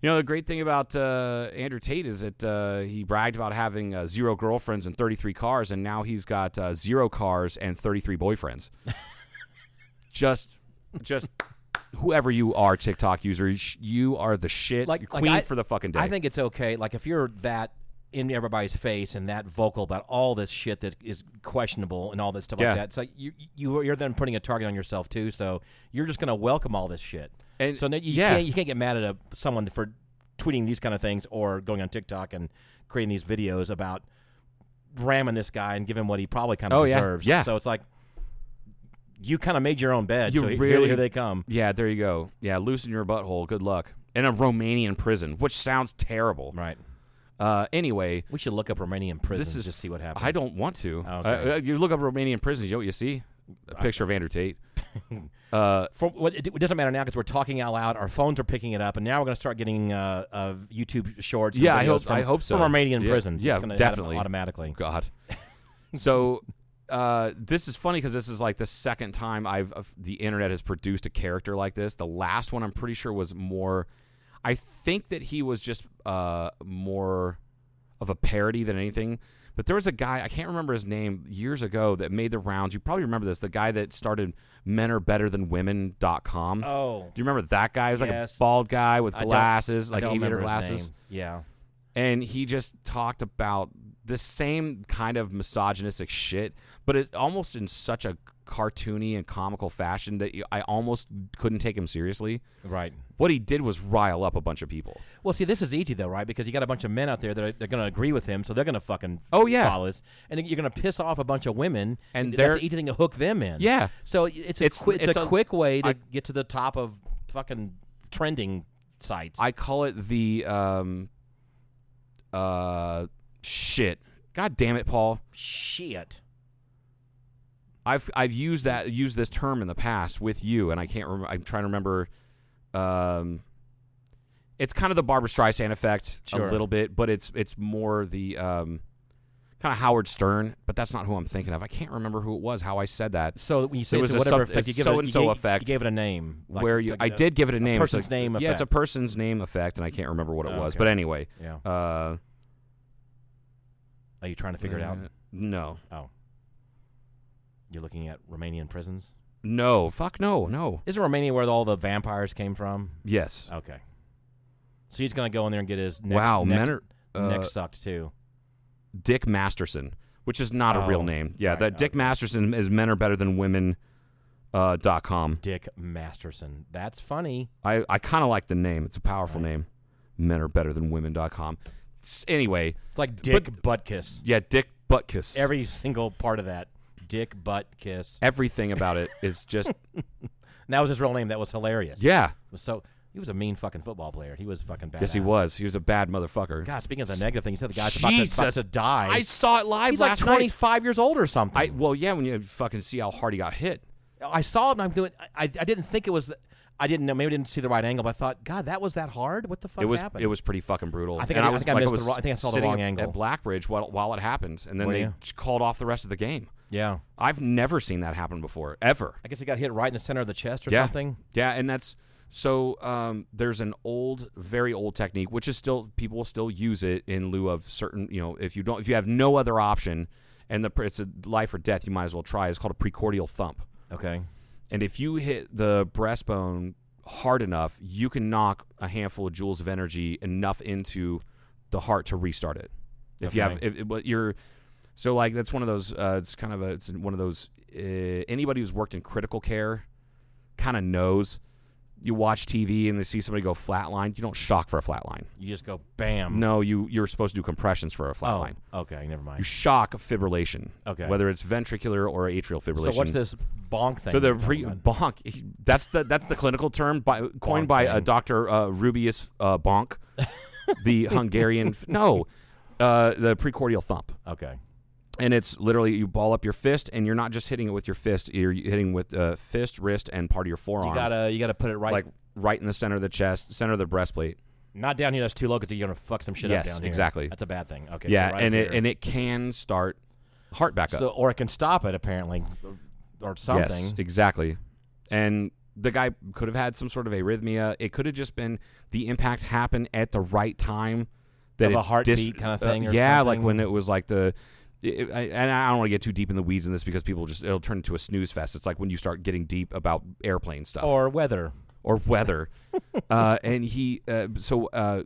Speaker 4: you know, the great thing about uh, Andrew Tate is that uh, he bragged about having uh, zero girlfriends and 33 cars, and now he's got uh, zero cars and 33 boyfriends. just, just whoever you are, TikTok user, you sh- you are the shit. You're queen
Speaker 5: I-
Speaker 4: for the fucking day.
Speaker 5: I think it's okay. Like if you're that in everybody's face and that vocal about all this shit that is questionable and all this stuff
Speaker 4: Yeah.
Speaker 5: like that, it's like you you you're then putting a target on yourself too. So you're just gonna welcome all this shit.
Speaker 4: And-
Speaker 5: so no- you
Speaker 4: yeah.
Speaker 5: can't you can't get mad at a, someone for tweeting these kind of things or going on TikTok and creating these videos about ramming this guy and giving him what he probably kind of
Speaker 4: Oh, yeah.
Speaker 5: deserves.
Speaker 4: Yeah.
Speaker 5: So it's like. You kind of made your own bed.
Speaker 4: You
Speaker 5: so here-
Speaker 4: really-
Speaker 5: here they come.
Speaker 4: Yeah, there you go. Yeah, loosen your butthole. Good luck. In a Romanian prison, which sounds terrible.
Speaker 5: Right.
Speaker 4: Uh, anyway,
Speaker 5: We should look up Romanian prisons
Speaker 4: this is
Speaker 5: just see what happens. Oh,
Speaker 4: I don't want to.
Speaker 5: Okay.
Speaker 4: Uh, you look up Romanian prisons. You know what you see? A picture of Andrew Tate.
Speaker 5: for what it, it doesn't matter now because we're talking out loud. Our phones are picking it up, and now we're going to start getting uh, uh, YouTube shorts. and
Speaker 4: Yeah, I
Speaker 5: videos
Speaker 4: hope-
Speaker 5: From,
Speaker 4: I hope so.
Speaker 5: From Romanian
Speaker 4: Yeah,
Speaker 5: prisons,
Speaker 4: yeah,
Speaker 5: it's gonna
Speaker 4: definitely.
Speaker 5: happen automatically.
Speaker 4: God. So uh, this is funny because this is like the second time I've of- the internet has produced a character like this. The last one I'm pretty sure was more. I think that he was just uh, more of a parody than anything. But there was a guy I can't remember his name years ago that made the rounds. You probably remember this. The guy that started Men Are Better Than Women.com.
Speaker 5: Oh.
Speaker 4: do you remember that guy? He was like
Speaker 5: Yes.
Speaker 4: a bald guy with
Speaker 5: I don't-
Speaker 4: glasses,
Speaker 5: I
Speaker 4: like
Speaker 5: don't
Speaker 4: aviator
Speaker 5: remember his
Speaker 4: glasses
Speaker 5: name. Yeah,
Speaker 4: and he just talked about the same kind of misogynistic shit, but it almost in such a cartoony and comical fashion that you- I almost couldn't take him seriously.
Speaker 5: right.
Speaker 4: What he did was rile up a bunch of people.
Speaker 5: Well, see, this is easy though, right? Because you got a bunch of men out there that are, they're going to agree with him, so they're going to fucking
Speaker 4: Oh, yeah.
Speaker 5: follow this, and then you're going to piss off a bunch of women,
Speaker 4: And
Speaker 5: that's
Speaker 4: they're-
Speaker 5: an easy thing to hook them in.
Speaker 4: Yeah.
Speaker 5: so it's a
Speaker 4: It's-
Speaker 5: qui- it's,
Speaker 4: it's
Speaker 5: a,
Speaker 4: a-
Speaker 5: quick way to
Speaker 4: I-
Speaker 5: get to the top of fucking trending sites.
Speaker 4: I call it the um uh shit. God damn it, Paul.
Speaker 5: shit.
Speaker 4: I've I've used that used this term in the past with you, and I can't. Rem- I'm trying to remember. Um, it's kind of the Barbara Streisand effect
Speaker 5: Sure.
Speaker 4: a little bit, but it's it's more the um, kind of Howard Stern. But that's not who I'm thinking of. I can't remember who it was. How I said that.
Speaker 5: So when you say
Speaker 4: It
Speaker 5: it's
Speaker 4: was a
Speaker 5: a whatever
Speaker 4: sub-
Speaker 5: effect, you
Speaker 4: it's
Speaker 5: give it a, you
Speaker 4: so-and-so
Speaker 5: gave-
Speaker 4: effect.
Speaker 5: You gave it a name. like
Speaker 4: where you?
Speaker 5: took
Speaker 4: I
Speaker 5: it-
Speaker 4: did give it a name. It's
Speaker 5: person's
Speaker 4: like-
Speaker 5: name
Speaker 4: Yeah, it's a
Speaker 5: effect.
Speaker 4: person's name effect, and I can't remember what it
Speaker 5: Oh,
Speaker 4: was.
Speaker 5: okay.
Speaker 4: But anyway,
Speaker 5: Yeah.
Speaker 4: uh,
Speaker 5: Are you trying to figure it out?
Speaker 4: uh, No,
Speaker 5: Oh, you're looking at Romanian prisons.
Speaker 4: no, fuck no, no.
Speaker 5: Isn't Romania where all the vampires came from?
Speaker 4: Yes.
Speaker 5: Okay. So he's gonna go in there and get his neck,
Speaker 4: Wow,
Speaker 5: neck,
Speaker 4: men are- uh,
Speaker 5: neck sucked too.
Speaker 4: Dick Masterson, which is not
Speaker 5: Oh,
Speaker 4: a real name. Yeah,
Speaker 5: right,
Speaker 4: that Dick Masterson is men are better than women. Uh, dot com.
Speaker 5: Dick Masterson. That's funny.
Speaker 4: I, I kind of like the name. It's a powerful name. Men are better than women. dot com. S- Anyway,
Speaker 5: It's like Dick butt kiss.
Speaker 4: yeah, Dick Buttkiss.
Speaker 5: Every single part of that. Dick butt kiss.
Speaker 4: Everything about it is just
Speaker 5: And that was his real name. That was hilarious.
Speaker 4: Yeah.
Speaker 5: It was So he was a mean fucking football player. He was fucking bad.
Speaker 4: Yes, he was. He was a bad motherfucker.
Speaker 5: God, speaking of the negative thing, you tell the guy's about to, about
Speaker 4: Jesus.
Speaker 5: to die.
Speaker 4: I saw it live
Speaker 5: He's like
Speaker 4: last night.
Speaker 5: 25 years old or something.
Speaker 4: I well, yeah, when you fucking see how hard he got hit.
Speaker 5: I saw it and I'm doing. I, I didn't think it was. I didn't know. Maybe I didn't see the right angle. But I thought, God, that was that hard. What the fuck
Speaker 4: It was
Speaker 5: happened?
Speaker 4: it was pretty fucking brutal.
Speaker 5: I think
Speaker 4: and I,
Speaker 5: I did- I
Speaker 4: was
Speaker 5: think I
Speaker 4: like
Speaker 5: missed the
Speaker 4: was
Speaker 5: ro- I think I saw the
Speaker 4: sitting
Speaker 5: wrong
Speaker 4: at-
Speaker 5: angle.
Speaker 4: at Blackbridge while, while it happened, and then
Speaker 5: Were
Speaker 4: they
Speaker 5: you?
Speaker 4: just called off the rest of the game.
Speaker 5: Yeah.
Speaker 4: I've never seen that happen before, ever.
Speaker 5: I guess he got hit right in the center of the chest or
Speaker 4: yeah.
Speaker 5: something.
Speaker 4: Yeah, and that's so. Um, there's an old, very old technique, which is still people will still use it in lieu of certain. You know, if you don't, if you have no other option, and the pr- it's a life or death, you might as well try. It's called a precordial thump,
Speaker 5: Okay.
Speaker 4: and if you hit the breastbone hard enough, you can knock a handful of joules of energy enough into the heart to restart it. If you have,
Speaker 5: Okay.
Speaker 4: if, if- but you're so like that's one of those. Uh, it's kind of a. It's one of those. Uh, anybody who's worked in critical care kind of knows. You watch TV and they see somebody go flatline. You don't shock for a flatline.
Speaker 5: You just go bam.
Speaker 4: No, you you're supposed to do compressions for a
Speaker 5: Mm. Oh.
Speaker 4: flatline.
Speaker 5: Okay. Never
Speaker 4: You
Speaker 5: mind.
Speaker 4: shock fibrillation.
Speaker 5: Okay.
Speaker 4: Whether it's ventricular or atrial
Speaker 5: So
Speaker 4: fibrillation.
Speaker 5: what's this bonk thing?
Speaker 4: So the
Speaker 5: you're talking
Speaker 4: re-
Speaker 5: about?
Speaker 4: bonk. That's the that's the clinical term by, coined
Speaker 5: Bonk
Speaker 4: by uh,
Speaker 5: thing.
Speaker 4: Doctor uh, Rubius uh, Bonk, the Hungarian. f- no, uh, the precordial thump,
Speaker 5: okay.
Speaker 4: and it's literally you ball up your fist, and you're not just hitting it with your fist. You're hitting with uh, fist, wrist, and part of your forearm,
Speaker 5: You gotta you gotta put it right.
Speaker 4: like right in the center of the chest, center of the breastplate.
Speaker 5: not down here. That's too low because you're gonna fuck some shit up
Speaker 4: Yes,
Speaker 5: down here.
Speaker 4: exactly.
Speaker 5: That's a bad thing. Okay.
Speaker 4: yeah,
Speaker 5: so right
Speaker 4: and it
Speaker 5: there.
Speaker 4: and it can start heart back up.
Speaker 5: so or it can stop it apparently, or something.
Speaker 4: Yes, exactly. And the guy could have had some sort of arrhythmia. It could have just been the impact happened at the right time. That
Speaker 5: Of a
Speaker 4: it uh,
Speaker 5: heartbeat kinda thing or
Speaker 4: yeah, like
Speaker 5: something?
Speaker 4: when it was like the. It, I, and I don't want to get too deep in the weeds in this because people just it'll turn into a snooze fest. It's like when you start getting deep about airplane stuff
Speaker 5: Or weather.
Speaker 4: or weather. uh, and he, uh, so uh,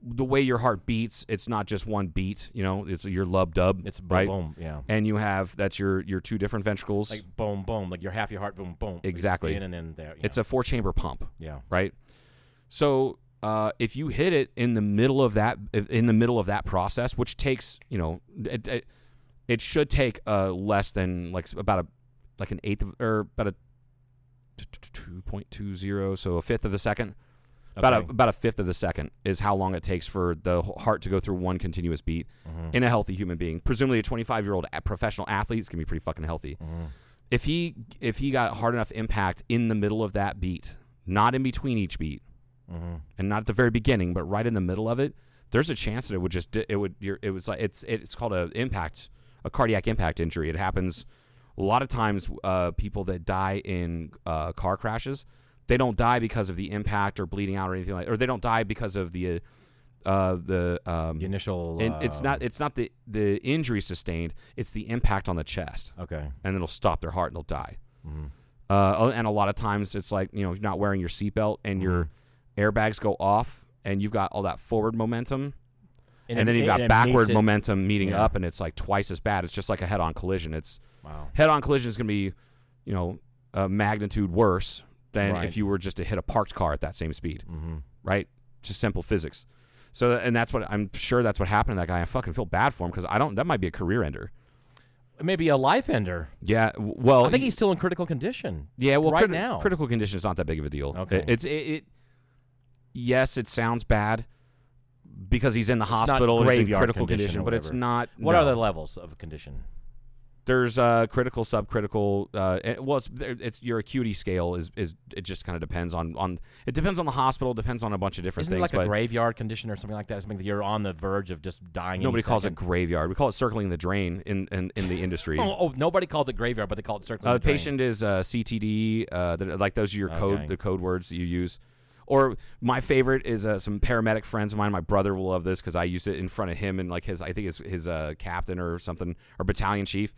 Speaker 4: the way your heart beats, it's not just one beat. You know, it's your lub dub.
Speaker 5: It's boom,
Speaker 4: right.
Speaker 5: boom. Yeah.
Speaker 4: And you have that's your your two different ventricles.
Speaker 5: Like boom, boom. Like your half your heart. Boom, boom. It's
Speaker 4: Exactly.
Speaker 5: In and then there. yeah.
Speaker 4: It's a four chamber pump,
Speaker 5: yeah.
Speaker 4: right? So uh, if you hit it in the middle of that if- in the middle of that process, which takes you know it, it, it should take uh, less than like s- about a like an eighth of, or about a two point two zero, so a fifth of a second. About a,
Speaker 5: Okay.
Speaker 4: about a fifth of the second is how long it takes for the h- heart to go through one continuous beat in a healthy human being. Presumably, a 25 year old professional athlete is going to be pretty fucking healthy if he if he got hard enough impact in the middle of that beat, not in between each beat, and not at the very beginning, but right in the middle of it, there's a chance that it would just di- it would you're, it was like it's it's called a impact a cardiac impact injury. It happens a lot of times. Uh, people that die in uh, car crashes, they don't die because of the impact or bleeding out or anything like, or they don't die because of the uh, the um,
Speaker 5: The initial.
Speaker 4: and it's
Speaker 5: uh,
Speaker 4: not it's not the the injury sustained. It's the impact on the chest
Speaker 5: Okay.
Speaker 4: and it'll stop their heart and they'll die.
Speaker 5: Mm-hmm.
Speaker 4: Uh, and a lot of times it's like you know you're not wearing your seatbelt and
Speaker 5: Mm-hmm.
Speaker 4: your airbags go off and you've got all that forward momentum and, then
Speaker 5: it-
Speaker 4: you've got
Speaker 5: and it
Speaker 4: backward
Speaker 5: meets it-
Speaker 4: momentum meeting
Speaker 5: Yeah.
Speaker 4: up and it's like twice as bad. It's just like a head-on collision. It's
Speaker 5: Wow.
Speaker 4: head-on collision is going to be you know a magnitude worse than
Speaker 5: Right. Mm-hmm.
Speaker 4: if you were just to hit a parked car at that same speed, right? Just simple physics. So and that's what I'm sure that's what happened to that guy. I fucking feel bad for him because I don't. That might be a career ender.
Speaker 5: Maybe a life ender.
Speaker 4: Yeah. w- Well,
Speaker 5: I think
Speaker 4: he-
Speaker 5: he's still in critical condition.
Speaker 4: Yeah, well,
Speaker 5: right
Speaker 4: criti-
Speaker 5: now.
Speaker 4: critical condition is not that big of a deal.
Speaker 5: Okay.
Speaker 4: It- it's it, it. Yes, it sounds bad because he's in the
Speaker 5: not
Speaker 4: hospital and he's in
Speaker 5: graveyard
Speaker 4: critical
Speaker 5: condition
Speaker 4: condition,
Speaker 5: or
Speaker 4: but it's
Speaker 5: whatever.
Speaker 4: not.
Speaker 5: What
Speaker 4: no.
Speaker 5: are the levels of condition?
Speaker 4: There's uh, critical, subcritical. Uh, it- well, it's, there- it's your acuity scale is is it just kind of depends on on it depends on the hospital, depends on a bunch of different
Speaker 5: Isn't it
Speaker 4: things. but
Speaker 5: like a graveyard condition or something like that? Something that you're on the verge of just dying. any
Speaker 4: nobody calls
Speaker 5: second?
Speaker 4: it graveyard. We call it circling the drain in in, in the industry.
Speaker 5: Oh, oh, nobody calls it graveyard, but they call it circular.
Speaker 4: Uh, the patient is uh, CTD. Uh, th- like those are your
Speaker 5: Okay.
Speaker 4: code, the code words that you use. Or my favorite is uh, some paramedic friends of mine. My brother will love this because I used it in front of him and like his, I think his his uh, captain or something or battalion chief.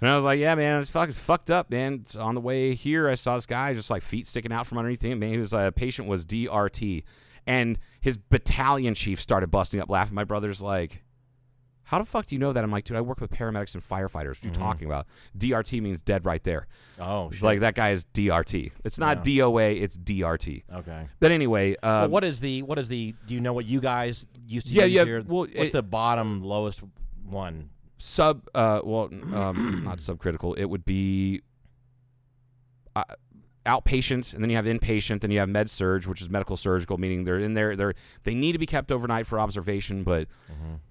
Speaker 4: And I was like, yeah, man, it's, fuck, it's fucked up, man. It's on the way here, I saw this guy just like feet sticking out from underneath him. Man, he was a uh, patient was DRT, and his battalion chief started busting up laughing. My brother's like, how the fuck do you know that? I'm like, dude, I work with paramedics and firefighters. What are you talking about? DRT means dead right there.
Speaker 5: Mm-hmm. Oh,
Speaker 4: It's
Speaker 5: shit.
Speaker 4: like that guy is DRT. It's not DOA. It's DRT.
Speaker 5: okay.
Speaker 4: But anyway, uh,
Speaker 5: Oh. Well, what is the what is the? Do you know what you guys used to
Speaker 4: Yeah,
Speaker 5: use
Speaker 4: yeah,
Speaker 5: here?
Speaker 4: well,
Speaker 5: What's
Speaker 4: it-
Speaker 5: the bottom lowest one?
Speaker 4: sub? Uh, well, um, not subcritical. It would be. Uh, outpatient, and then you have inpatient, then you have med surge, which is medical surgical, meaning they're in there. They're they need to be kept overnight for observation, but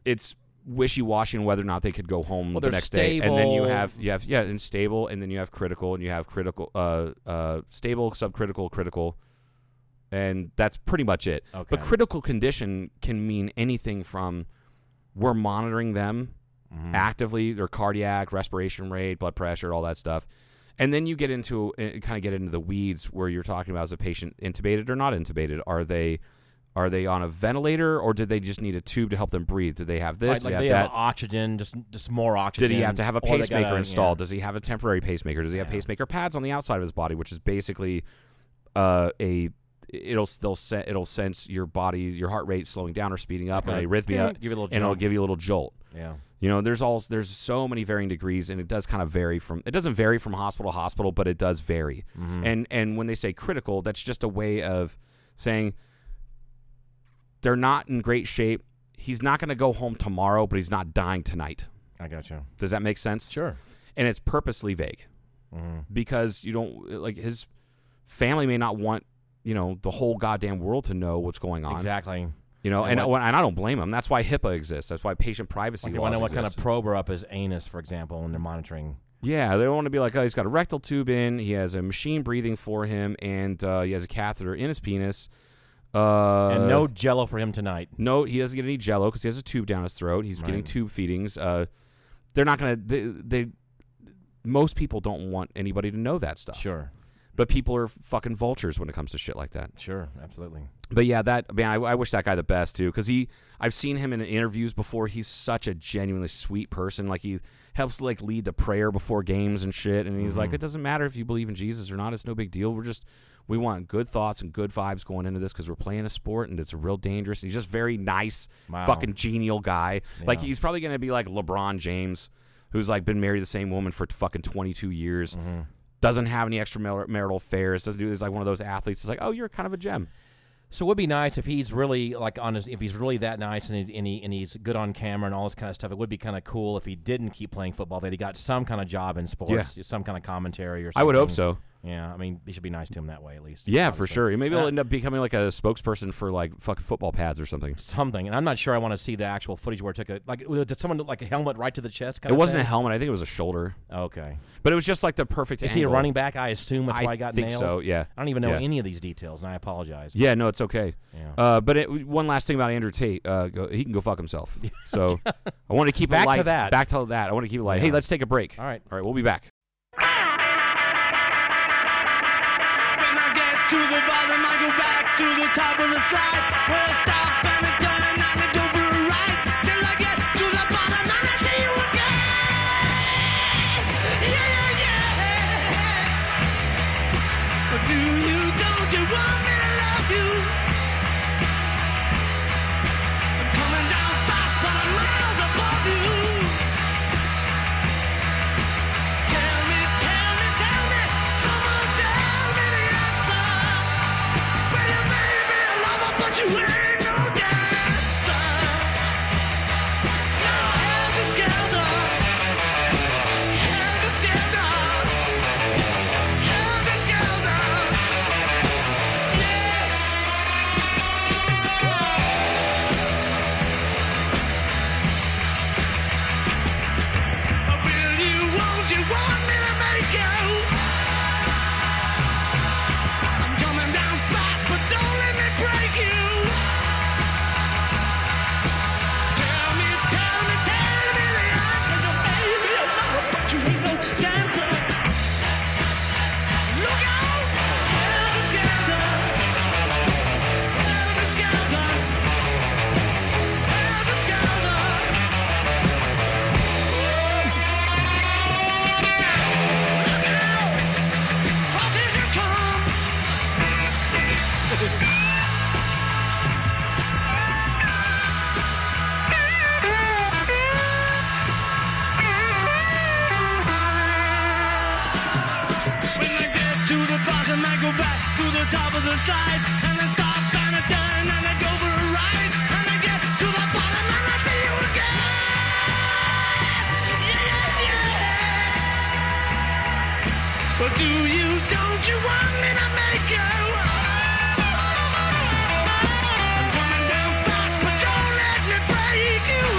Speaker 4: it's wishy washy on whether or not they could go home
Speaker 5: Well,
Speaker 4: the
Speaker 5: they're
Speaker 4: next day. And then you
Speaker 5: stable.
Speaker 4: have you have yeah, and stable, and then you have critical, and you have critical, uh, uh, stable, subcritical, critical. And that's pretty much it. But
Speaker 5: Okay.
Speaker 4: critical condition can mean anything from we're monitoring them
Speaker 5: Mm-hmm.
Speaker 4: actively their cardiac respiration rate blood pressure all that stuff and then you get into eh, kind of get into the weeds where you're talking about is a patient intubated or not intubated are they are they on a ventilator or did they just need a tube to help them breathe did they have this
Speaker 5: Like,
Speaker 4: did
Speaker 5: like
Speaker 4: they
Speaker 5: they
Speaker 4: have
Speaker 5: have
Speaker 4: that
Speaker 5: oxygen, just just more oxygen.
Speaker 4: did he have to have a
Speaker 5: or they gotta-
Speaker 4: pacemaker
Speaker 5: yeah.
Speaker 4: installed? Does he have a temporary pacemaker? Does he have pacemaker pads on the outside of his body, which is basically uh, a it'll they'll se- it'll sense your body your heart rate slowing down or speeding up or
Speaker 5: Kinda
Speaker 4: an arrhythmia,
Speaker 5: give you a little
Speaker 4: and it'll
Speaker 5: jolt.
Speaker 4: give you a little jolt.
Speaker 5: Yeah.
Speaker 4: You know, there's all there's so many varying degrees, and it does kind of vary from it doesn't vary from hospital to hospital, but it does vary.
Speaker 5: Mm-hmm.
Speaker 4: And and when they say critical, that's just a way of saying they're not in great shape. He's not going to go home tomorrow, but he's not dying tonight.
Speaker 5: I got you.
Speaker 4: Does that make sense?
Speaker 5: Sure. Mm-hmm.
Speaker 4: and it's purposely vague because you don't like his family may not want you know the whole goddamn world to know what's going on.
Speaker 5: Exactly.
Speaker 4: You know,
Speaker 5: And
Speaker 4: and, and I don't blame him. That's why HIPAA exists. That's why patient privacy
Speaker 5: Like they
Speaker 4: laws
Speaker 5: want to know what
Speaker 4: exist.
Speaker 5: kind of probe are up his anus, for example, and they're monitoring.
Speaker 4: yeah, they don't want to be like, oh, he's got a rectal tube in, he has a machine breathing for him, and uh, he has a catheter in his penis. Uh,
Speaker 5: and no jello for him tonight.
Speaker 4: No, he doesn't get any jello because he has a tube down his throat. He's getting tube feedings. Uh, they're not gonna. They, they most people don't want anybody to know that stuff.
Speaker 5: Sure.
Speaker 4: But people are fucking vultures when it comes to shit like that.
Speaker 5: Sure. Absolutely.
Speaker 4: But yeah, that man, I, I wish that guy the best too, because he, I've seen him in interviews before. He's such a genuinely sweet person. Like he helps like lead the prayer before games and shit. And he's like, it doesn't matter if you believe in Jesus or not. It's no big deal. We're just, we want good thoughts and good vibes going into this because we're playing a sport and it's real dangerous. He's just very nice,
Speaker 5: Wow.
Speaker 4: fucking genial guy. Like he's probably gonna be like LeBron James, who's like been married to the same woman for fucking twenty two years. Doesn't have any extramarital affairs. Doesn't do this. Like one of those athletes. It's like, oh, you're kind of a gem.
Speaker 5: So it would be nice if he's really like on his, if he's really that nice and he, and, he, and he's good on camera and all this kind of stuff. It would be kind of cool if he didn't keep playing football. That he got some kind of job in sports, some kind of commentary or. something.
Speaker 4: I would hope so.
Speaker 5: Yeah, I mean, it should be nice to him that way at least.
Speaker 4: Yeah, for
Speaker 5: obviously.
Speaker 4: sure. Maybe I'll
Speaker 5: Uh,
Speaker 4: end up becoming like a spokesperson for like fucking football pads or something.
Speaker 5: Something, and I'm not sure I want to see the actual footage where it took a like. Did someone do, like a helmet right to the chest? Kind
Speaker 4: It
Speaker 5: of
Speaker 4: wasn't a
Speaker 5: thing?
Speaker 4: helmet. I think it was a shoulder,
Speaker 5: Okay.
Speaker 4: but it was just like the perfect.
Speaker 5: Is he a
Speaker 4: angle.
Speaker 5: running back? I assume that's
Speaker 4: I
Speaker 5: why I got
Speaker 4: think
Speaker 5: nailed.
Speaker 4: so, yeah.
Speaker 5: I don't even know
Speaker 4: Yeah.
Speaker 5: any of these details, and I apologize.
Speaker 4: Yeah, no, it's okay.
Speaker 5: Yeah.
Speaker 4: Uh, but it, one last thing about Andrew Tate, uh, go, he can go fuck himself. So I want to keep it
Speaker 5: Back to
Speaker 4: light.
Speaker 5: that.
Speaker 4: Back to that. I want to keep it light. Hey,
Speaker 5: Yeah.
Speaker 4: let's take a break.
Speaker 5: All right.
Speaker 4: all right, we'll be back.
Speaker 6: When I get to the bottom, I go back to the top of the slide. Where I stop and I turn and I go for a ride. Till I get to the bottom and I see you again. Yeah, yeah, yeah. Do you, don't you want me to love you? I'm coming down fast, but I'm miles above you. Tell me, tell me, tell me, come on down to the outside. Well, you may be a lover, but you ain't no dancer. Now hang the scandal, hang the scandal, hang the scandal. Yeah. Will you, won't you want me to make you? I'm coming down fast, but don't let me break you. Tell me, tell me, tell me the answer. No, baby, I know, but you ain't no dancer. Look out! Hell is scandal. Hell is scandal. Hell is scandal. Come When I get to the bottom, I go back to the top of the slide. And I stop and I turn and I go for a ride. And I get to the bottom and I see you again. Yeah, yeah, yeah. But do you, Don't you want me to make you? I'm coming down fast, but don't let me break you.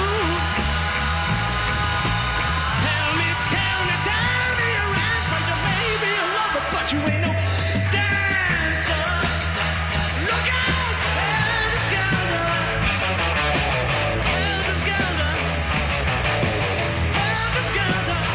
Speaker 6: Tell me, tell me, tell me you're right, but you may be a lover, but you ain't no dancer. Look out, Elvis Counter. Elvis Counter. Elvis Counter.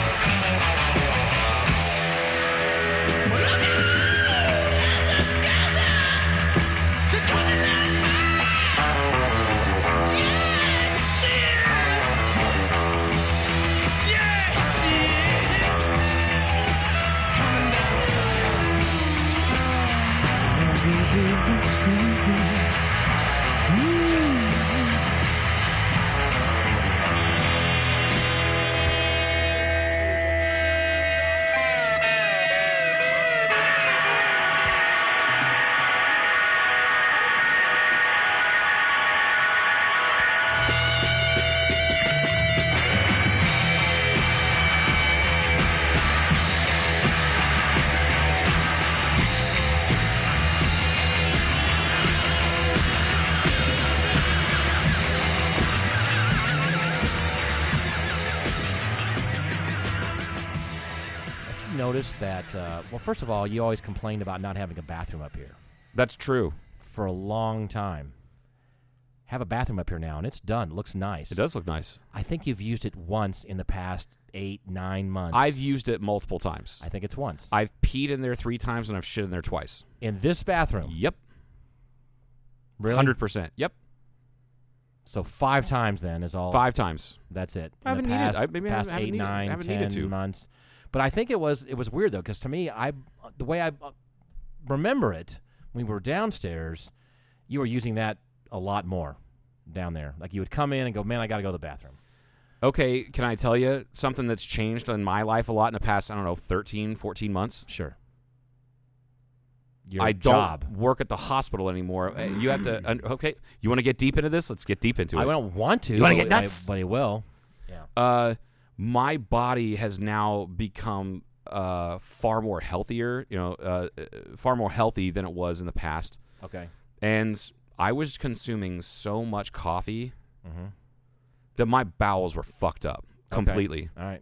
Speaker 5: If you notice that, uh, well, first of all, you always complained about not having a bathroom up here
Speaker 4: That's true.
Speaker 5: for a long time. Have a bathroom up here now, and it's done. It looks nice.
Speaker 4: It does look nice.
Speaker 5: I think you've used it once in the past eight, nine months.
Speaker 4: I've used it multiple times.
Speaker 5: I think it's once
Speaker 4: I've peed in there three times and I've shit in there twice.
Speaker 5: in this bathroom.
Speaker 4: Yep.
Speaker 5: Really?
Speaker 4: Hundred percent. Yep.
Speaker 5: So five times then is all.
Speaker 4: Five times.
Speaker 5: That's it.
Speaker 4: I
Speaker 5: In the
Speaker 4: haven't needed-
Speaker 5: past,
Speaker 4: I- maybe I
Speaker 5: past
Speaker 4: haven't- haven't
Speaker 5: eight,
Speaker 4: needed-
Speaker 5: nine,
Speaker 4: haven't needed
Speaker 5: 10
Speaker 4: to.
Speaker 5: months. But I think it was it was weird though because to me I the way I uh, remember it when we were downstairs, you were using that a lot more down there. Like you would come in and go, man, I got to go to the bathroom.
Speaker 4: Okay, can I tell you something that's changed in my life a lot in the past, I don't know, 13, 14 months?
Speaker 5: Sure. Your
Speaker 4: I don't
Speaker 5: job.
Speaker 4: work at the hospital anymore. Uh, You have to, un- okay, you want to get deep into this? Let's get deep into it.
Speaker 5: I don't want to.
Speaker 4: You wanna get
Speaker 5: but I-
Speaker 4: nuts?
Speaker 5: but I will.
Speaker 4: uh, my body has now become uh, far more healthier, you know, uh, uh, far more healthy than it was in the past.
Speaker 5: Okay.
Speaker 4: And I was consuming so much coffee
Speaker 5: Mm-hmm.
Speaker 4: that my bowels were fucked up completely
Speaker 5: All right.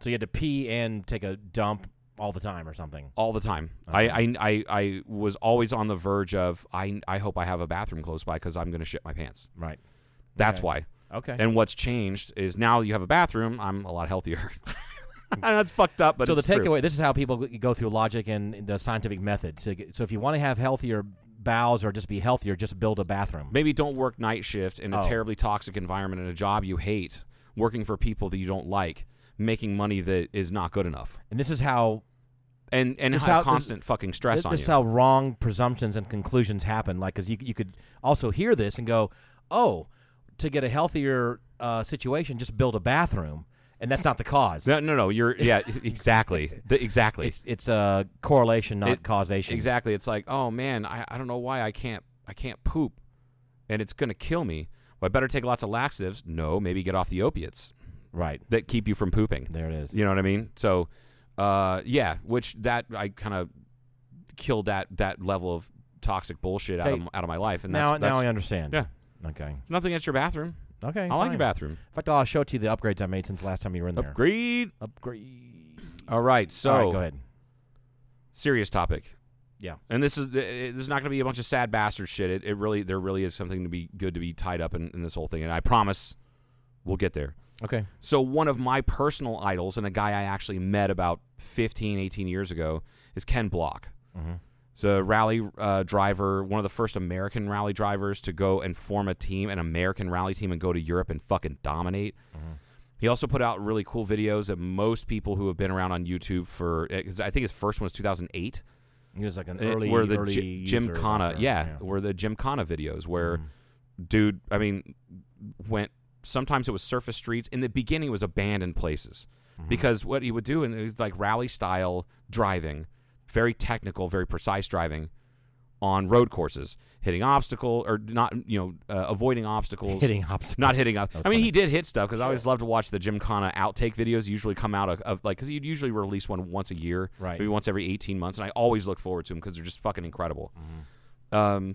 Speaker 5: So you had to pee and take a dump all the time or something.
Speaker 4: all the time.
Speaker 5: Uh-huh.
Speaker 4: I, I, I, I was always on the verge of, I, I hope I have a bathroom close by because I'm going to shit my pants.
Speaker 5: Right.
Speaker 4: That's
Speaker 5: Okay.
Speaker 4: why.
Speaker 5: Okay.
Speaker 4: And what's changed is now you have a bathroom, I'm a lot healthier. and that's fucked up, but
Speaker 5: so
Speaker 4: it's
Speaker 5: the
Speaker 4: true.
Speaker 5: takeaway this is how people g- go through logic and the scientific method so, get- so if you want to have healthier bowels or just be healthier just build a bathroom
Speaker 4: maybe don't work night shift in a
Speaker 5: Oh.
Speaker 4: terribly toxic environment in a job you hate, working for people that you don't like, making money that is not good enough,
Speaker 5: and this is how
Speaker 4: and and
Speaker 5: This
Speaker 4: have
Speaker 5: how- this-
Speaker 4: constant fucking stress
Speaker 5: this,
Speaker 4: on
Speaker 5: this
Speaker 4: you.
Speaker 5: is how wrong presumptions and conclusions happen like because you, you could also hear this and go oh to get a healthier uh, situation just build a bathroom and that's not the cause
Speaker 4: no, no, no. You're yeah, e-, exactly, The- exactly,
Speaker 5: it's it's uh, correlation not
Speaker 4: It-
Speaker 5: causation
Speaker 4: exactly. It's like, oh man, I, I don't know why I can't I can't poop, and it's gonna kill me. Well, I better take lots of laxatives. No, maybe get off the opiates
Speaker 5: right
Speaker 4: that keep you from pooping.
Speaker 5: there it is
Speaker 4: You know what I mean? So, uh, yeah, which that I kind of killed that that level of toxic bullshit out of,
Speaker 5: Okay.
Speaker 4: out of my life. And
Speaker 5: now
Speaker 4: that's,
Speaker 5: now
Speaker 4: that's
Speaker 5: I understand
Speaker 4: yeah.
Speaker 5: okay
Speaker 4: nothing against your bathroom.
Speaker 5: okay
Speaker 4: I like your bathroom.
Speaker 5: in fact I'll show it to you the upgrades I made since last time you were in there
Speaker 4: Upgrade.
Speaker 5: upgrade.
Speaker 4: All right. So,
Speaker 5: All right, go ahead.
Speaker 4: serious topic.
Speaker 5: Yeah.
Speaker 4: And this is there's not going to be a bunch of sad bastard shit. It, it really there really is something to be good to be tied up in, in this whole thing. And I promise we'll get there.
Speaker 5: Okay.
Speaker 4: So one of my personal idols and a guy I actually met about 15, 18 years ago is Ken Block. He's a rally uh, driver, one of the first American rally drivers to go and form a team, an American rally team, and go to Europe and fucking dominate. He also put out really cool videos that most people who have been around on YouTube for, eh, 'cause I think his first one was 2008
Speaker 5: He was like an
Speaker 4: eh,
Speaker 5: early,
Speaker 4: were the
Speaker 5: early
Speaker 4: Gi-
Speaker 5: user
Speaker 4: Jim Connor,
Speaker 5: whatever.
Speaker 4: yeah, were the Jim Connor videos where,
Speaker 5: Mm-hmm.
Speaker 4: dude, I mean, went. Sometimes it was surface streets. In the beginning, it was abandoned places
Speaker 5: Mm-hmm.
Speaker 4: because what he would do, and it was like rally style driving, very technical, very precise driving, on road courses, hitting obstacle or not, you know, uh, avoiding obstacles,
Speaker 5: Hitting obstacles.
Speaker 4: not hitting up. I mean, he did hit stuff because I always love to watch the Gymkhana outtake videos. Usually come out of, of like because he'd usually release one once a year,
Speaker 5: Right.
Speaker 4: Maybe once every eighteen months, and I always look forward to them because they're just fucking incredible. Um,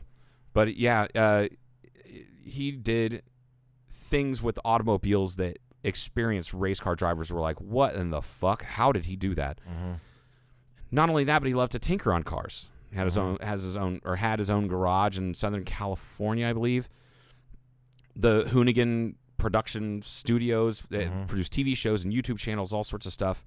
Speaker 4: but yeah, uh, he did things with automobiles that experienced race car drivers were like, "What in the fuck? How did he do that?" Not only that, but he loved to tinker on cars. He had his own has his own or had his own garage in Southern California, I believe. The Hoonigan production studios that produced TV shows and YouTube channels, all sorts of stuff.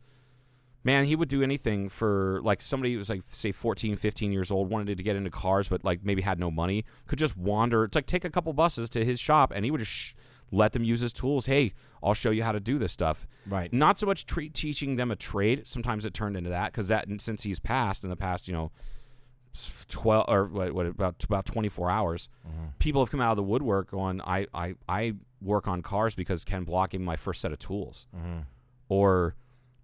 Speaker 4: Man, he would do anything for like somebody who was like say 14, 15 years old, wanted to get into cars but like maybe had no money, could just wander, it's like take a couple buses to his shop and he would just sh- let them use his tools. Hey, I'll show you how to do this stuff.
Speaker 5: Right.
Speaker 4: Not so much tre- teaching them a trade. Sometimes it turned into that because that and since he's passed in the past, you know, s- twelve or what, what about about twenty four hours, people have come out of the woodwork on I I I work on cars because Ken Block gave me my first set of tools, or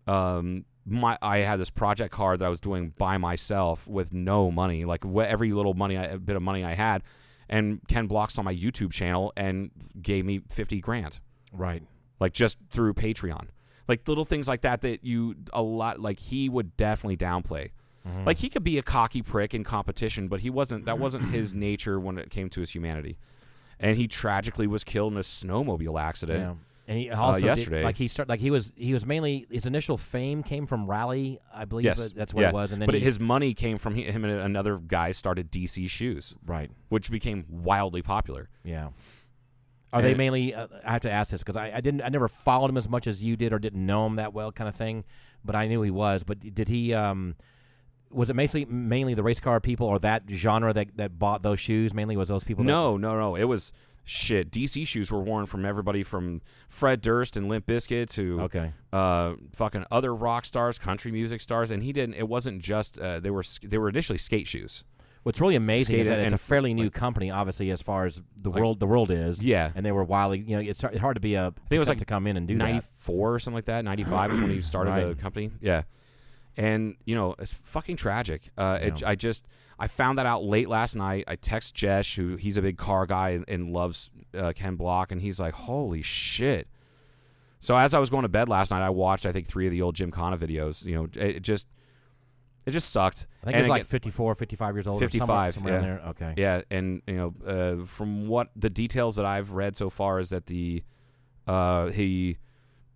Speaker 4: um my I had this project car that I was doing by myself with no money, like wh- every little money I, bit of money I had, and Ken Block saw my YouTube channel and gave me fifty grand
Speaker 5: Right.
Speaker 4: like just through Patreon. Like little things like that that you a lot like he would definitely downplay.
Speaker 5: Mm-hmm.
Speaker 4: Like he could be a cocky prick in competition, but he wasn't that wasn't his nature when it came to his humanity. And he tragically was killed in a snowmobile accident.
Speaker 5: Yeah. And he also did-
Speaker 4: Uh, yesterday.
Speaker 5: like he start like he was he was mainly his initial fame came from rally, I believe
Speaker 4: Yes,
Speaker 5: that- that's what
Speaker 4: yeah.
Speaker 5: it was, and then
Speaker 4: but
Speaker 5: he,
Speaker 4: his money came from he- him and another guy started DC Shoes,
Speaker 5: right,
Speaker 4: which became wildly popular.
Speaker 5: yeah. Are they
Speaker 4: And-
Speaker 5: mainly? Uh, I have to ask this because I, I didn't I never followed him as much as you did or didn't know him that well, kind of thing. But I knew he was. But did he? Um, was it mainly mainly the race car people or that genre that, that bought those shoes? Mainly was those people? that-
Speaker 4: No, no, no. It was shit. DC shoes were worn from everybody from Fred Durst and Limp Bizkit to
Speaker 5: Okay.
Speaker 4: uh, fucking other rock stars, country music stars, and he didn't. It wasn't just uh, they were s- they were initially skate shoes.
Speaker 5: What's really amazing is
Speaker 4: Skated
Speaker 5: that it's
Speaker 4: and-
Speaker 5: a fairly new company, obviously, as far as the world the world is.
Speaker 4: Yeah.
Speaker 5: and they were wildly. You know, it's hard- hard to be a.
Speaker 4: I think it was
Speaker 5: to-
Speaker 4: like
Speaker 5: to come in and do
Speaker 4: ninety
Speaker 5: that.
Speaker 4: four or something like that. Ninety five is when he started the
Speaker 5: Right.
Speaker 4: company. Yeah, and you know it's fucking tragic. Uh, it, I just I found that out late last night. I text Jesh, who he's a big car guy and, and loves uh, Ken Block, and he's like, "Holy shit!" So as I was going to bed last night, I watched I think three of the old Jim Connor videos. You know, it, it just it just sucked.
Speaker 5: I think
Speaker 4: And
Speaker 5: it's like
Speaker 4: again-
Speaker 5: 54, 55 years old. or somewhere-
Speaker 4: 55
Speaker 5: somewhere
Speaker 4: yeah.
Speaker 5: in there. Okay.
Speaker 4: yeah and you know uh, from what the details that i've read so far is that the uh, he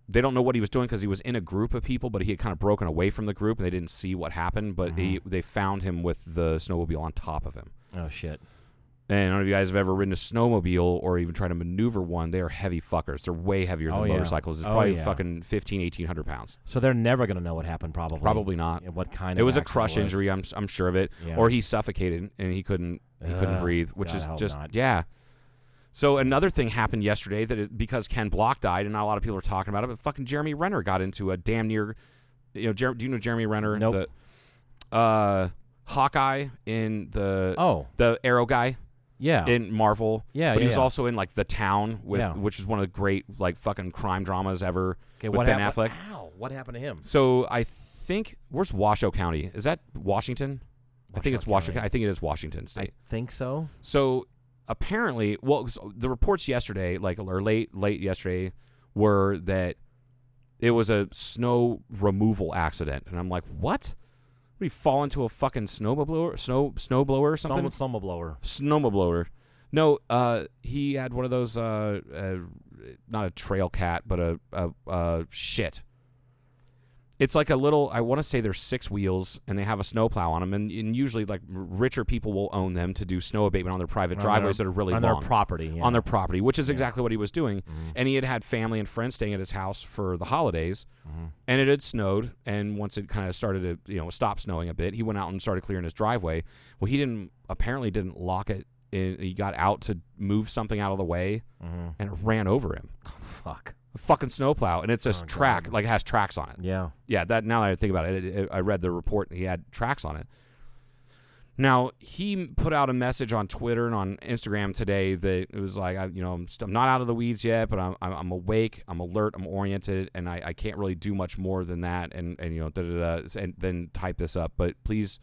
Speaker 4: they don't know what he was doing because he was in a group of people but he had kind of broken away from the group and they didn't see what happened but he
Speaker 5: Mm-hmm.
Speaker 4: they found him with the snowmobile on top of him
Speaker 5: Oh shit.
Speaker 4: and I don't know if you guys have ever ridden a snowmobile or even tried to maneuver one. They are heavy fuckers. They're way heavier than
Speaker 5: Oh, yeah.
Speaker 4: motorcycles. It's
Speaker 5: Oh,
Speaker 4: probably
Speaker 5: yeah.
Speaker 4: fucking 15, 1800 pounds.
Speaker 5: So they're never going to know what happened. Probably.
Speaker 4: Probably not.
Speaker 5: And what kind?
Speaker 4: It
Speaker 5: of
Speaker 4: was a
Speaker 5: accident
Speaker 4: crush
Speaker 5: it was.
Speaker 4: injury. I'm I'm sure of it.
Speaker 5: Yeah.
Speaker 4: Or he suffocated and he couldn't he couldn't
Speaker 5: Ugh,
Speaker 4: breathe, which
Speaker 5: God,
Speaker 4: is
Speaker 5: I hope
Speaker 4: just
Speaker 5: not.
Speaker 4: yeah. So another thing happened yesterday that it, because Ken Block died and not a lot of people are talking about it, but fucking Jeremy Renner got into a damn near, you know, Jer- do you know Jeremy Renner?
Speaker 5: Nope.
Speaker 4: The, uh, Hawkeye in the
Speaker 5: Oh.
Speaker 4: the Arrow guy
Speaker 5: Yeah.
Speaker 4: in Marvel.
Speaker 5: Yeah,
Speaker 4: but
Speaker 5: yeah,
Speaker 4: he was
Speaker 5: yeah.
Speaker 4: also in like The Town with
Speaker 5: Yeah.
Speaker 4: which is one of the great like fucking crime dramas ever
Speaker 5: okay.
Speaker 4: with
Speaker 5: what
Speaker 4: Ben
Speaker 5: happened?
Speaker 4: Affleck.
Speaker 5: Ow! What happened to him?
Speaker 4: So I think where's Washoe County? Is that Washington? I think it's
Speaker 5: Washoe
Speaker 4: Washington.
Speaker 5: County.
Speaker 4: I think it is Washington
Speaker 5: I
Speaker 4: State.
Speaker 5: think so.
Speaker 4: so apparently, well, so the reports yesterday, like or late late yesterday, were that it was a snow removal accident, and I'm like, what? Would he fall into a fucking snowblower, snow snowblower or something?
Speaker 5: Someone, someone blower.
Speaker 4: snowmoblower. No, uh, he had one of those, uh, uh, not a trail cat, but a, a, a shit. It's like a little. I want to say they're six wheels, and they have a snowplow on them, and, and usually like r- richer people will own them to do snow abatement on their private driveways that are really
Speaker 5: on
Speaker 4: long
Speaker 5: their property. yeah. Mm-hmm.
Speaker 4: on their property, which is exactly what he was doing. And he had had family and friends staying at his house for the holidays,
Speaker 5: Mm-hmm.
Speaker 4: and it had snowed. And once it kind of started to you know stop snowing a bit, he went out and started clearing his driveway. Well, he didn't apparently didn't lock it. In. He got out to move something out of the way,
Speaker 5: Mm-hmm.
Speaker 4: and it ran over him.
Speaker 5: fuck.
Speaker 4: A fucking snowplow, and it's
Speaker 5: Oh,
Speaker 4: a track like it has tracks on it.
Speaker 5: Yeah.
Speaker 4: Yeah, that now that I think about it, it, it I read the report and he had tracks on it. Now he m- put out a message on Twitter and on Instagram today that it was like, I, you know, I'm, st- I'm not out of the weeds yet, but I'm, I'm, I'm awake, I'm alert, I'm oriented, and I, I can't really do much more than that, and and you know, da da da, and then type this up. But please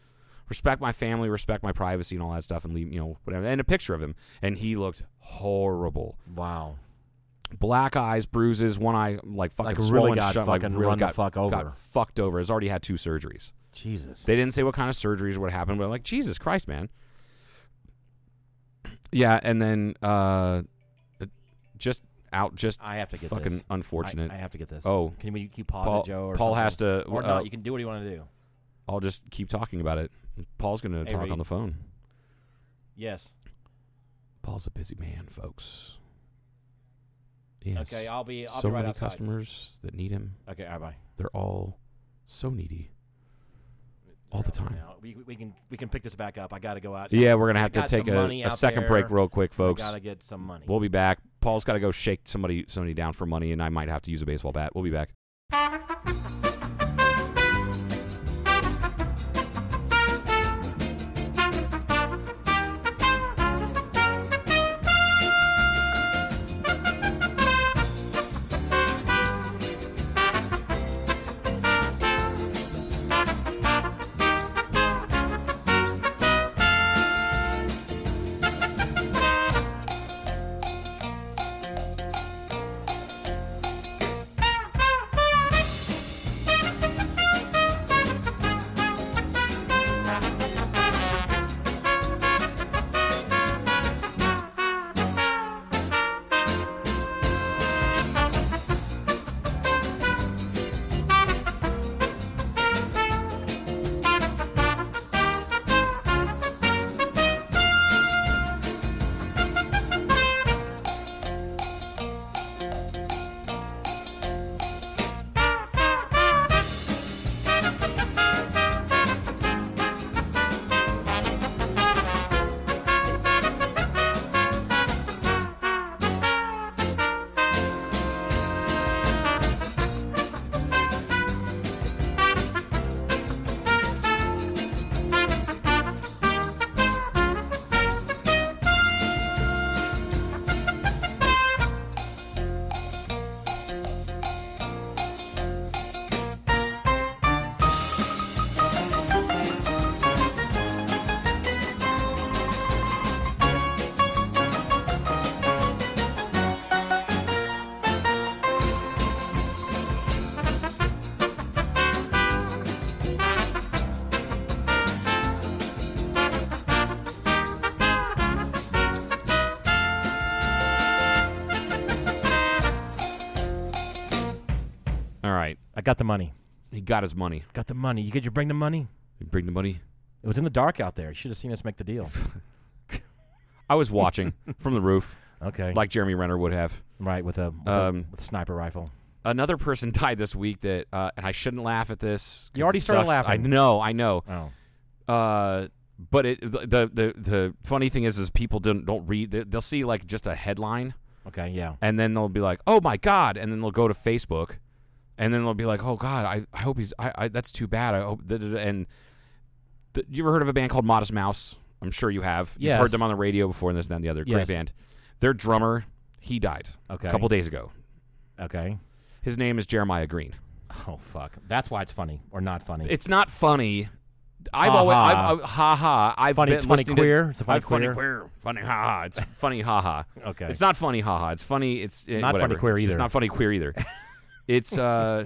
Speaker 4: respect my family, respect my privacy, and all that stuff, and leave you know whatever. And a picture of him, and he looked horrible,
Speaker 5: Wow.
Speaker 4: black eyes, bruises, one eye like fucking
Speaker 5: Like, really
Speaker 4: swollen
Speaker 5: got
Speaker 4: shut, like
Speaker 5: fucking
Speaker 4: really
Speaker 5: run the
Speaker 4: got,
Speaker 5: fuck over.
Speaker 4: got fucked over. Has already had two surgeries.
Speaker 5: Jesus.
Speaker 4: They didn't say what kind of surgeries would happen, but I'm like, Jesus Christ, man. Yeah, and then uh, it- just out, just
Speaker 5: I have to get
Speaker 4: fucking
Speaker 5: this.
Speaker 4: unfortunate.
Speaker 5: I, I have to get this.
Speaker 4: Oh.
Speaker 5: can we keep pause
Speaker 4: Paul-
Speaker 5: it, Joe? Or
Speaker 4: Paul
Speaker 5: something?
Speaker 4: has to,
Speaker 5: Or no,
Speaker 4: uh,
Speaker 5: you can do what you want to do.
Speaker 4: I'll just keep talking about it. Paul's gonna
Speaker 5: Hey,
Speaker 4: talk
Speaker 5: Reed.
Speaker 4: on the phone.
Speaker 5: Yes.
Speaker 4: Paul's a busy man, folks. Yes.
Speaker 5: Okay, I'll be. I'll
Speaker 4: so
Speaker 5: be right
Speaker 4: many
Speaker 5: outside.
Speaker 4: customers that need him.
Speaker 5: Okay, all right, bye.
Speaker 4: They're all so needy, all the time.
Speaker 5: Now, we, we can we can pick this back up. I got to go out.
Speaker 4: Yeah, we're gonna have
Speaker 5: I
Speaker 4: to
Speaker 5: got
Speaker 4: take
Speaker 5: some
Speaker 4: a,
Speaker 5: money
Speaker 4: a
Speaker 5: out
Speaker 4: second
Speaker 5: there.
Speaker 4: break real quick, folks.
Speaker 5: I gotta get some money.
Speaker 4: We'll be back. Paul's got to go shake somebody somebody down for money, and I might have to use a baseball bat. We'll be back. All right,
Speaker 5: I got the money.
Speaker 4: he got his money.
Speaker 5: Got the money. You could you bring the money?
Speaker 4: Bring the money.
Speaker 5: It was in the dark out there. You should have seen us make the deal.
Speaker 4: I was watching from the roof,
Speaker 5: Okay.
Speaker 4: like Jeremy Renner would have.
Speaker 5: right with a with, a,
Speaker 4: Um,
Speaker 5: with a sniper rifle.
Speaker 4: Another person died this week that, uh, and I shouldn't laugh at this. 'cause
Speaker 5: You already
Speaker 4: it
Speaker 5: started
Speaker 4: sucks.
Speaker 5: laughing.
Speaker 4: I know, I know.
Speaker 5: Oh.
Speaker 4: Uh, but it, the, the the the funny thing is, is people don't don't read. They, they'll see like just a headline,
Speaker 5: Okay. Yeah.
Speaker 4: and then they'll be like, "Oh my god!" and then they'll go to Facebook, and then they'll be like, "Oh god, I, I hope he's I, I that's too bad." I hope da, da, da," and th- you ever heard of a band called Modest Mouse? I'm sure you have. You've
Speaker 5: Yes.
Speaker 4: heard them on the radio before, and this and that and the other. Great
Speaker 5: Yes.
Speaker 4: band. Their drummer, he died
Speaker 5: Okay.
Speaker 4: a couple days ago.
Speaker 5: Okay.
Speaker 4: His name is Jeremiah Green.
Speaker 5: Oh fuck. That's why it's funny or not funny.
Speaker 4: It's not funny. I've
Speaker 5: Ha
Speaker 4: always
Speaker 5: ha.
Speaker 4: I've, I, ha ha. I've
Speaker 5: Funny-
Speaker 4: been
Speaker 5: it's funny
Speaker 4: listening to-
Speaker 5: queer? It's a funny
Speaker 4: I've funny queer. Funny ha ha. It's funny ha ha.
Speaker 5: Okay.
Speaker 4: It's not funny ha ha. It's funny. It's eh,
Speaker 5: Not funny
Speaker 4: whatever.
Speaker 5: queer
Speaker 4: It's just
Speaker 5: either.
Speaker 4: not funny queer either. it's uh,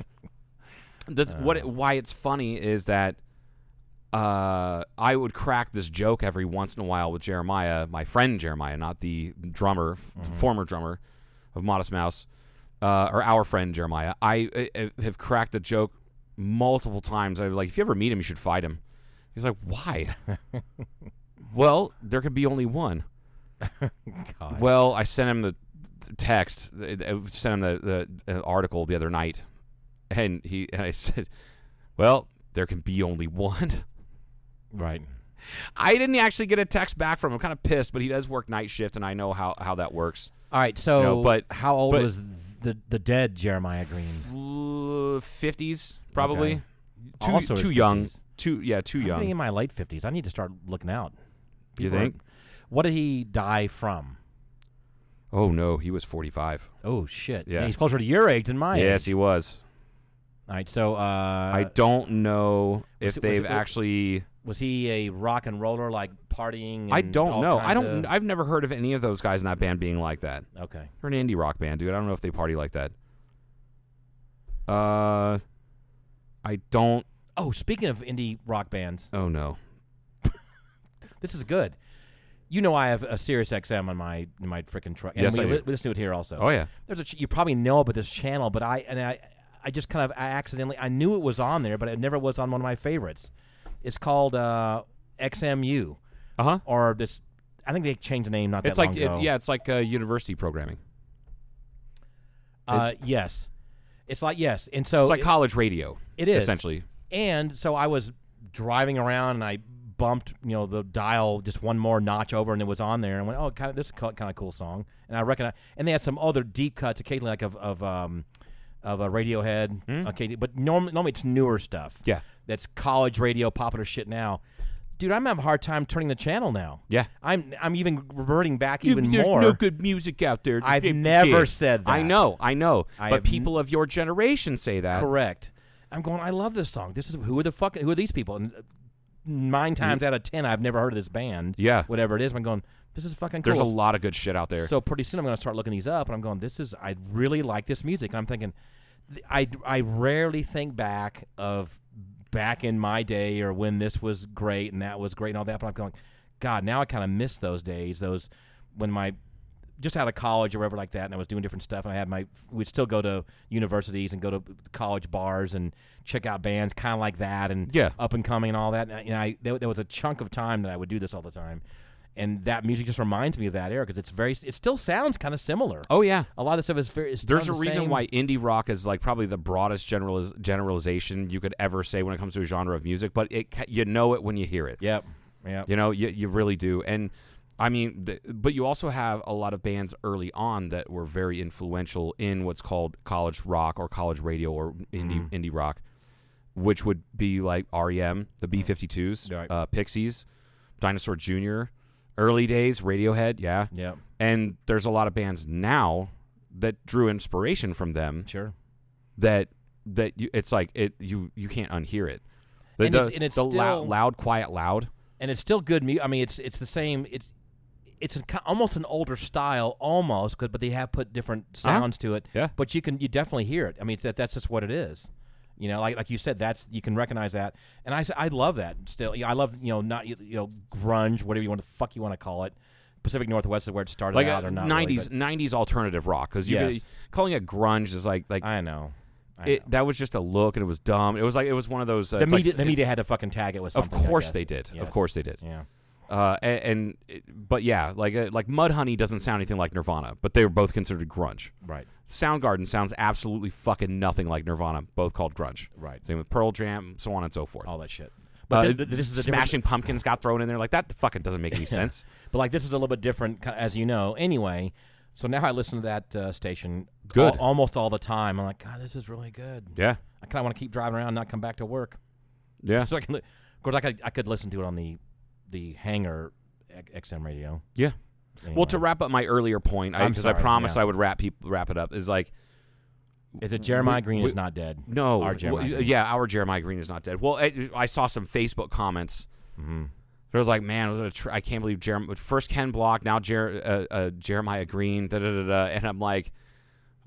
Speaker 4: the,
Speaker 5: Uh.
Speaker 4: what it, why it's funny is that uh, I would crack this joke every once in a while with Jeremiah, my friend Jeremiah, not the drummer, f-
Speaker 5: Mm-hmm.
Speaker 4: former drummer of Modest Mouse, uh, or our friend Jeremiah. I, uh uh, have cracked the joke multiple times. I was like, if you ever meet him, you should fight him. He's like, why? well, there could be only one.
Speaker 5: God.
Speaker 4: Well, I sent him the the text. I sent him the, the uh, article the other night, and he and I said, "Well, there can be only one."
Speaker 5: right.
Speaker 4: I didn't actually get a text back from him. I'm kind of pissed, but he does work night shift, and I know how, how that works.
Speaker 5: All right. So,
Speaker 4: No, but-
Speaker 5: how old
Speaker 4: but-
Speaker 5: was the the dead Jeremiah Green?
Speaker 4: Fifties, probably.
Speaker 5: Okay.
Speaker 4: Too,
Speaker 5: Also
Speaker 4: too
Speaker 5: his
Speaker 4: young.
Speaker 5: 50s.
Speaker 4: Too yeah, too
Speaker 5: I'm
Speaker 4: young.
Speaker 5: thinking in my late fifties. I need to start looking out.
Speaker 4: You
Speaker 5: People are-
Speaker 4: think?
Speaker 5: what did he die from?
Speaker 4: Oh no, he was 45.
Speaker 5: Oh shit!
Speaker 4: Yeah.
Speaker 5: he's closer to your age than mine.
Speaker 4: yes, he was.
Speaker 5: All right. So Oh, uh,
Speaker 4: I don't know if
Speaker 5: it- was
Speaker 4: they've
Speaker 5: it-
Speaker 4: actually
Speaker 5: Was he a rock and roller like partying?
Speaker 4: I
Speaker 5: and
Speaker 4: don't
Speaker 5: all
Speaker 4: know. I
Speaker 5: kinds
Speaker 4: don't.
Speaker 5: of-
Speaker 4: I've never heard of any of those guys in that band being like that.
Speaker 5: okay.
Speaker 4: They're an indie rock band, dude. I don't know if they party like that. Uh, I don't.
Speaker 5: Oh, speaking of indie rock bands,
Speaker 4: Oh no.
Speaker 5: this is good. You know, I have a Sirius XM on my in my freaking truck. And
Speaker 4: Yes,
Speaker 5: we,
Speaker 4: I do.
Speaker 5: li- we listen to it here also.
Speaker 4: Oh yeah.
Speaker 5: there's a ch- you probably know about this channel, but I and I I just kind of I accidentally I knew it was on there, but it never was on one of my favorites. It's called uh, XMU
Speaker 4: Uh huh.
Speaker 5: or this. I think they changed the name Uh-huh. not that
Speaker 4: It's like
Speaker 5: long
Speaker 4: it,
Speaker 5: ago.
Speaker 4: yeah, it's like uh, university programming.
Speaker 5: Uh, yes, it's like yes, and so
Speaker 4: It's like
Speaker 5: Oh, it-
Speaker 4: college radio.
Speaker 5: it is
Speaker 4: essentially.
Speaker 5: And so I was driving around and I bumped, you know, the dial just one more notch over and it was on there and went, oh, kind of this kind of cool song. And I recognize, and they had some other deep cuts occasionally, like of of um of a Radiohead, okay, but normally normally it's newer stuff.
Speaker 4: Hmm. Yeah.
Speaker 5: that's college radio popular shit now. Dude, I'm having a hard time turning the channel now.
Speaker 4: Yeah.
Speaker 5: I'm I'm even reverting back even
Speaker 4: There's
Speaker 5: more.
Speaker 4: no good music out there.
Speaker 5: I've never said
Speaker 4: I
Speaker 5: that.
Speaker 4: know, I know.
Speaker 5: I have
Speaker 4: but people of your generation say that.
Speaker 5: Correct. I'm going. I love this song. This is who are the fuck who are these people? And uh, nine times out of ten, I've never heard of this band.
Speaker 4: Yeah.
Speaker 5: whatever it is. I'm going. This is fucking.
Speaker 4: There's
Speaker 5: cool.
Speaker 4: a lot of good shit out there.
Speaker 5: So pretty soon, I'm going to start looking these up, and I'm going. This is. I really like this music, and I'm thinking. th- I I rarely think back of back in my day or when this was great and that was great and all that. But I'm going. God, now I kind of miss those days. Those when my just out of college or whatever like that, and I was doing different stuff, and I had my we'd still go to universities and go to college bars and check out bands, kind of like that, and
Speaker 4: Yeah.
Speaker 5: up and coming and all that. And I, and I there, there was a chunk of time that I would do this all the time, and that music just reminds me of that era because it's very it still sounds kind of similar.
Speaker 4: oh yeah.
Speaker 5: a lot of the stuff is very. It's
Speaker 4: There's a
Speaker 5: done the
Speaker 4: reason
Speaker 5: same-
Speaker 4: why indie rock is like probably the broadest generaliz- generalization you could ever say when it comes to a genre of music, but it ca- you know it when you hear it.
Speaker 5: Yep. Yep.
Speaker 4: You know, you, you really do. And I mean, th- but you also have a lot of bands early on that were very influential in what's called college rock or college radio or indie
Speaker 5: Mm-hmm.
Speaker 4: indie rock, which would be like REM, the B 52s,
Speaker 5: Right.
Speaker 4: uh, Pixies, Dinosaur Jr., early days, Radiohead. Yeah.
Speaker 5: Yep.
Speaker 4: And there's a lot of bands now that drew inspiration from them
Speaker 5: Sure.
Speaker 4: that that you, it's like it you you can't unhear it. The,
Speaker 5: And
Speaker 4: the,
Speaker 5: it's- and it's
Speaker 4: the lou-
Speaker 5: still-
Speaker 4: loud, quiet, loud.
Speaker 5: and it's still good music. I mean, it's it's the same. It's it's a, ki- almost an older style, almost, 'cause- but they have put different sounds to it.
Speaker 4: Yeah.
Speaker 5: but you can you definitely hear it. I mean, it's that that's just what it is. You know, like like you said, that's you can recognize that, and I s- I love that still. Yeah, I love you know not you know grunge, whatever you want the fuck you want to call it. Pacific Northwest is where it started
Speaker 4: like uh,
Speaker 5: out, or not really,
Speaker 4: nineties
Speaker 5: but-
Speaker 4: nineties alternative rock because you
Speaker 5: Yes.
Speaker 4: calling it grunge is like like
Speaker 5: I know. I
Speaker 4: it,
Speaker 5: know.
Speaker 4: that was just a look and it was dumb. It was like it was one of those. Uh,
Speaker 5: The
Speaker 4: it's like
Speaker 5: media,
Speaker 4: s-
Speaker 5: the
Speaker 4: it-
Speaker 5: media had to fucking tag it with
Speaker 4: of
Speaker 5: something. I
Speaker 4: course
Speaker 5: guess.
Speaker 4: they did.
Speaker 5: Yes.
Speaker 4: Of course they did.
Speaker 5: Yeah.
Speaker 4: Uh, and, and it- but yeah, like uh, like Mudhoney doesn't sound anything like Nirvana, but they were both considered grunge.
Speaker 5: Right.
Speaker 4: Soundgarden sounds absolutely fucking nothing like Nirvana, both called grunge.
Speaker 5: Right.
Speaker 4: Same with Pearl Jam, so on and so forth.
Speaker 5: All that shit.
Speaker 4: Uh,
Speaker 5: But th- th- this is a different-
Speaker 4: Smashing Pumpkins got thrown in there like that. Fucking doesn't make any sense.
Speaker 5: But like this is a little bit different, ki- as you know. Anyway, so now I listen to that uh, station
Speaker 4: Good.
Speaker 5: al- almost all the time. I'm like, God, this is really good.
Speaker 4: Yeah,
Speaker 5: I kind of want to keep driving around, and not come back to work.
Speaker 4: yeah,
Speaker 5: So I can, li- of course, I could I could listen to it on the the Hanger XM radio.
Speaker 4: yeah.
Speaker 5: Anyway.
Speaker 4: Well, to wrap up my earlier point,
Speaker 5: I'm
Speaker 4: because I,
Speaker 5: sorry,
Speaker 4: promised
Speaker 5: yeah.
Speaker 4: I would wrap people wrap it up, is like
Speaker 5: is it Jeremiah Green
Speaker 4: we-
Speaker 5: is not dead?
Speaker 4: no,
Speaker 5: our Jeremiah.
Speaker 4: well,
Speaker 5: Green.
Speaker 4: yeah, our Jeremiah Green is not dead. Well, I, I saw some Facebook comments.
Speaker 5: Mm-hmm.
Speaker 4: There was like, man, it was a tr- I can't believe Jeremiah. First Ken Block, now Jer- uh, uh, Jeremiah Green. Da, da, da, da. And I'm like,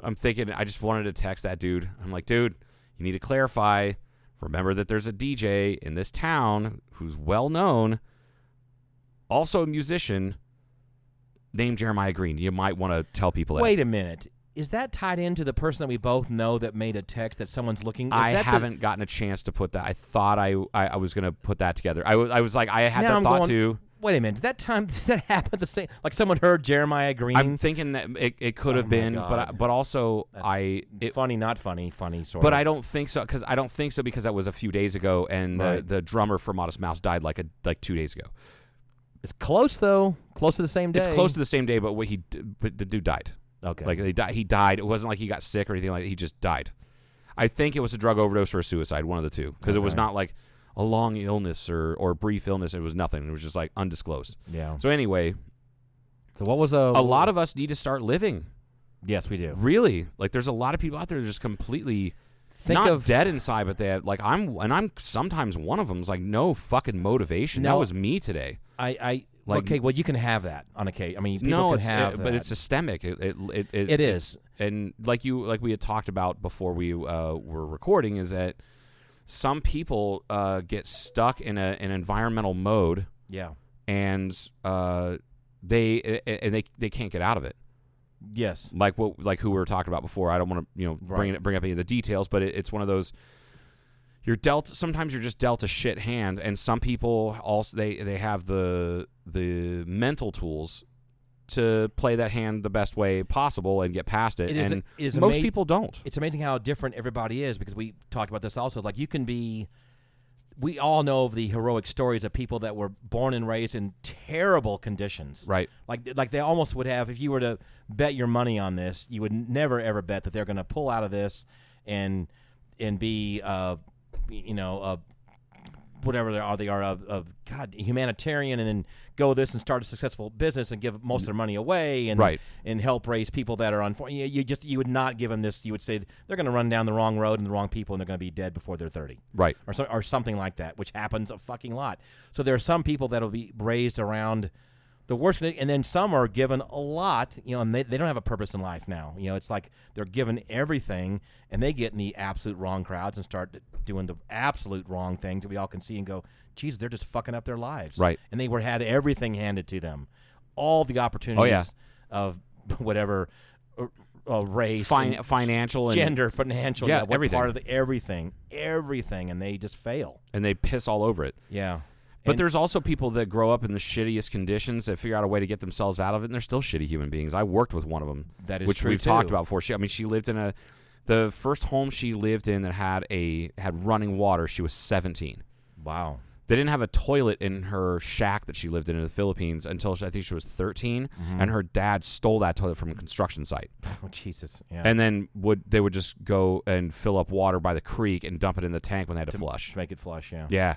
Speaker 4: I'm thinking, I just wanted to text that dude. I'm like, dude, you need to clarify. Remember that there's a DJ in this town who's well known, also a musician, named Jeremiah Green. You might want to tell people. that.
Speaker 5: Wait a minute. Is that tied into the person that we both know that made a text that someone's looking? Is
Speaker 4: I
Speaker 5: that the-
Speaker 4: haven't gotten a chance to put that. I thought I I, I was gonna put that together. I was I was like I had
Speaker 5: Now
Speaker 4: that
Speaker 5: I'm
Speaker 4: thought
Speaker 5: going-
Speaker 4: too.
Speaker 5: Wait a minute. Did that time did that happen the same? Like someone heard Jeremiah Green.
Speaker 4: I'm thinking that it, it could have
Speaker 5: Oh my
Speaker 4: been, but I,
Speaker 5: God.
Speaker 4: but also I it,
Speaker 5: funny, not funny, funny sort.
Speaker 4: but
Speaker 5: of.
Speaker 4: I don't think so because I don't think so because that was a few days ago and
Speaker 5: Right.
Speaker 4: the, the drummer for Modest Mouse died like a like two days ago.
Speaker 5: It's close though. Close to the same day.
Speaker 4: It's close to the same day, but what he d- but the dude died.
Speaker 5: Okay.
Speaker 4: Like they di- he died. It wasn't like he got sick or anything like. He just died. I think it was a drug overdose or a suicide, one of the two, because it was
Speaker 5: Okay.
Speaker 4: not like a long illness or or brief illness. It was nothing. It was just like undisclosed.
Speaker 5: Yeah.
Speaker 4: So anyway,
Speaker 5: So what was a
Speaker 4: a lot of us need to start living.
Speaker 5: Yes, we do.
Speaker 4: Really, like there's a lot of people out there that are just completely
Speaker 5: Think
Speaker 4: not
Speaker 5: of
Speaker 4: dead inside, but they had like I'm and I'm sometimes one of them's like no fucking motivation.
Speaker 5: No.
Speaker 4: that was me today.
Speaker 5: I, I
Speaker 4: Like-
Speaker 5: okay. Well, you can have that on a case. I mean, people
Speaker 4: no,
Speaker 5: can
Speaker 4: it's,
Speaker 5: have
Speaker 4: it- but
Speaker 5: that.
Speaker 4: it's systemic. It it, it, it
Speaker 5: It
Speaker 4: it's-
Speaker 5: is.
Speaker 4: and like you like we had talked about before we uh, were recording is that some people uh, get stuck in a an environmental mode
Speaker 5: yeah,
Speaker 4: and uh, they a- a- and they they can't get out of it.
Speaker 5: yes,
Speaker 4: Like what like who we were talking about before. I don't want to you know bring
Speaker 5: Right.
Speaker 4: it, bring up any of the details, but it, it's one of those. You're dealt. Sometimes you're just dealt a shit hand, and some people also they they have the the mental tools to play that hand the best way possible and get past it.
Speaker 5: It is-
Speaker 4: and
Speaker 5: it is
Speaker 4: most
Speaker 5: ama-
Speaker 4: people don't.
Speaker 5: it's amazing how different everybody is because we talked about this also. Like you can be, we all know of the heroic stories of people that were born and raised in terrible conditions.
Speaker 4: Right.
Speaker 5: Like like they almost would have if you were to bet your money on this, you would never ever bet that they're going to pull out of this and and be uh you know uh whatever they are they are a, a god humanitarian and then go this and start a successful business and give most of their money away and
Speaker 4: Right.
Speaker 5: and help raise people that are unfortunate. You, you just you would not give them this. You would say they're going to run down the wrong road and the wrong people, and they're going to be dead before they're thirty,
Speaker 4: Right.
Speaker 5: Or so, or something like that, which happens a fucking lot. So there are some people that'll be raised around the worst, condi- and then some are given a lot, you know, and they, they don't have a purpose in life now. You know, it's like they're given everything, and they get in the absolute wrong crowds and start doing the absolute wrong things that we all can see and go, "Geez, they're just fucking up their lives."
Speaker 4: Right. Oh,
Speaker 5: and they were had everything handed to them, all the opportunities of whatever uh, uh, race,
Speaker 4: Fin-
Speaker 5: and
Speaker 4: financial and
Speaker 5: gender, financial,
Speaker 4: Yeah,
Speaker 5: what
Speaker 4: everything.
Speaker 5: part of the, everything, everything, and they just fail.
Speaker 4: and they piss all over it.
Speaker 5: Yeah,
Speaker 4: But
Speaker 5: And-
Speaker 4: there's also people that grow up in the shittiest conditions that figure out a way to get themselves out of it, and they're still shitty human beings. I worked with one of them,
Speaker 5: That is
Speaker 4: which
Speaker 5: true,
Speaker 4: we've talked
Speaker 5: too.
Speaker 4: about before. She, I mean, she lived in a the first home she lived in that had a had running water. She was 17.
Speaker 5: wow,
Speaker 4: They didn't have a toilet in her shack that she lived in in the Philippines until she, I think she was 13,
Speaker 5: Mm-hmm.
Speaker 4: and her dad stole that toilet from a construction site,
Speaker 5: oh Jesus, yeah,
Speaker 4: and then would they would just go and fill up water by the creek and dump it in the tank when they had to, flush.
Speaker 5: make it flush, yeah.
Speaker 4: Yeah.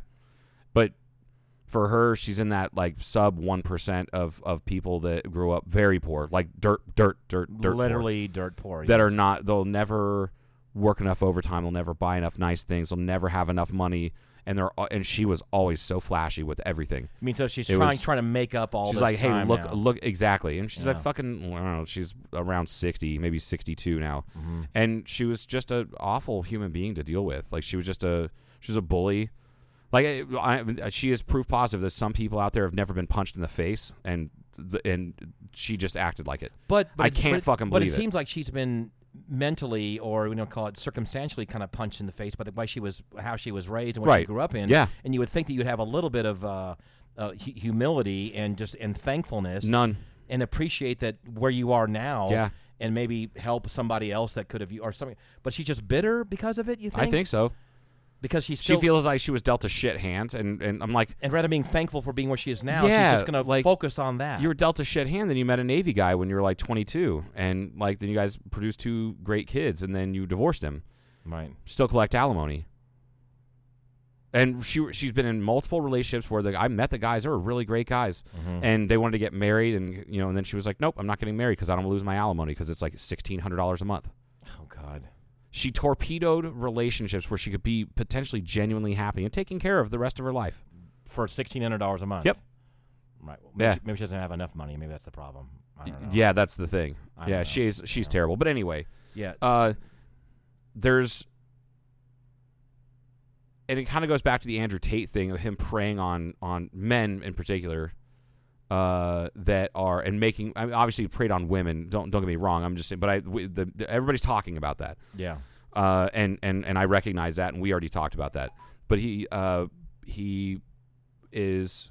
Speaker 4: But for her, she's in that like sub one percent of of people that grew up very poor, like dirt, dirt, dirt, dirt, poor,
Speaker 5: literally dirt poor.
Speaker 4: that
Speaker 5: yes.
Speaker 4: are not. They'll never work enough overtime. They'll never buy enough nice things. They'll never have enough money. And they're and she was always so flashy with everything.
Speaker 5: I mean, so she's
Speaker 4: it
Speaker 5: trying
Speaker 4: was-
Speaker 5: trying to make up all.
Speaker 4: she's
Speaker 5: this
Speaker 4: like, hey,
Speaker 5: time
Speaker 4: look,
Speaker 5: now.
Speaker 4: look, exactly. And she's like,
Speaker 5: Yeah.
Speaker 4: fucking, I don't know. She's around sixty, maybe sixty-two now,
Speaker 5: Mm-hmm.
Speaker 4: and she was just an awful human being to deal with. Like she was just a, she was a bully. Like I, I, she is proof positive that some people out there have never been punched in the face, and th- and she just acted like it.
Speaker 5: But, but
Speaker 4: I
Speaker 5: it's-
Speaker 4: can't
Speaker 5: but it-
Speaker 4: fucking
Speaker 5: But
Speaker 4: believe
Speaker 5: it
Speaker 4: it.
Speaker 5: seems like she's been mentally, or we don't call it circumstantially, kind of punched in the face by the way she was, how she was raised, and what she
Speaker 4: Right.
Speaker 5: grew up in.
Speaker 4: Yeah.
Speaker 5: and you would think that you'd have a little bit of uh, uh, hu- humility and just and thankfulness,
Speaker 4: None.
Speaker 5: and appreciate that where you are now.
Speaker 4: Yeah.
Speaker 5: And maybe help somebody else that could have you or something, but she's just bitter because of it. You think?
Speaker 4: I think so.
Speaker 5: because she's
Speaker 4: She
Speaker 5: still
Speaker 4: feels like she was dealt a shit hand, and and I'm like,
Speaker 5: and rather than being thankful for being where she is now,
Speaker 4: Yeah,
Speaker 5: she's just going
Speaker 4: like,
Speaker 5: to focus on that.
Speaker 4: you were dealt a shit hand. Then you met a Navy guy when you were like 22, and like then you guys produced two great kids, and then you divorced him.
Speaker 5: right.
Speaker 4: still collect alimony. And she she's been in multiple relationships where the I met the guys they were really great guys,
Speaker 5: Mm-hmm.
Speaker 4: and they wanted to get married, and you know, and then she was like, "Nope, I'm not getting married because I don't want to lose my alimony because it's like sixteen hundred dollars a month."
Speaker 5: Oh God.
Speaker 4: She torpedoed relationships where she could be potentially genuinely happy and taken care of the rest of her life.
Speaker 5: for sixteen hundred dollars a month.
Speaker 4: Yep.
Speaker 5: Right. Well, maybe,
Speaker 4: Yeah.
Speaker 5: she, maybe she doesn't have enough money. Maybe that's the problem. I don't know.
Speaker 4: Yeah, that's the thing.
Speaker 5: I don't
Speaker 4: Yeah,
Speaker 5: know.
Speaker 4: she's she's terrible. But anyway,
Speaker 5: Yeah.
Speaker 4: uh, there's and it kind of goes back to the Andrew Tate thing of him preying on on men in particular uh, that are and making I mean, obviously he preyed on women. Don't don't get me wrong. I'm just saying, but I we, the, the, everybody's talking about that
Speaker 5: yeah.
Speaker 4: uh, and and and I recognize that, and we already talked about that. But he uh, he is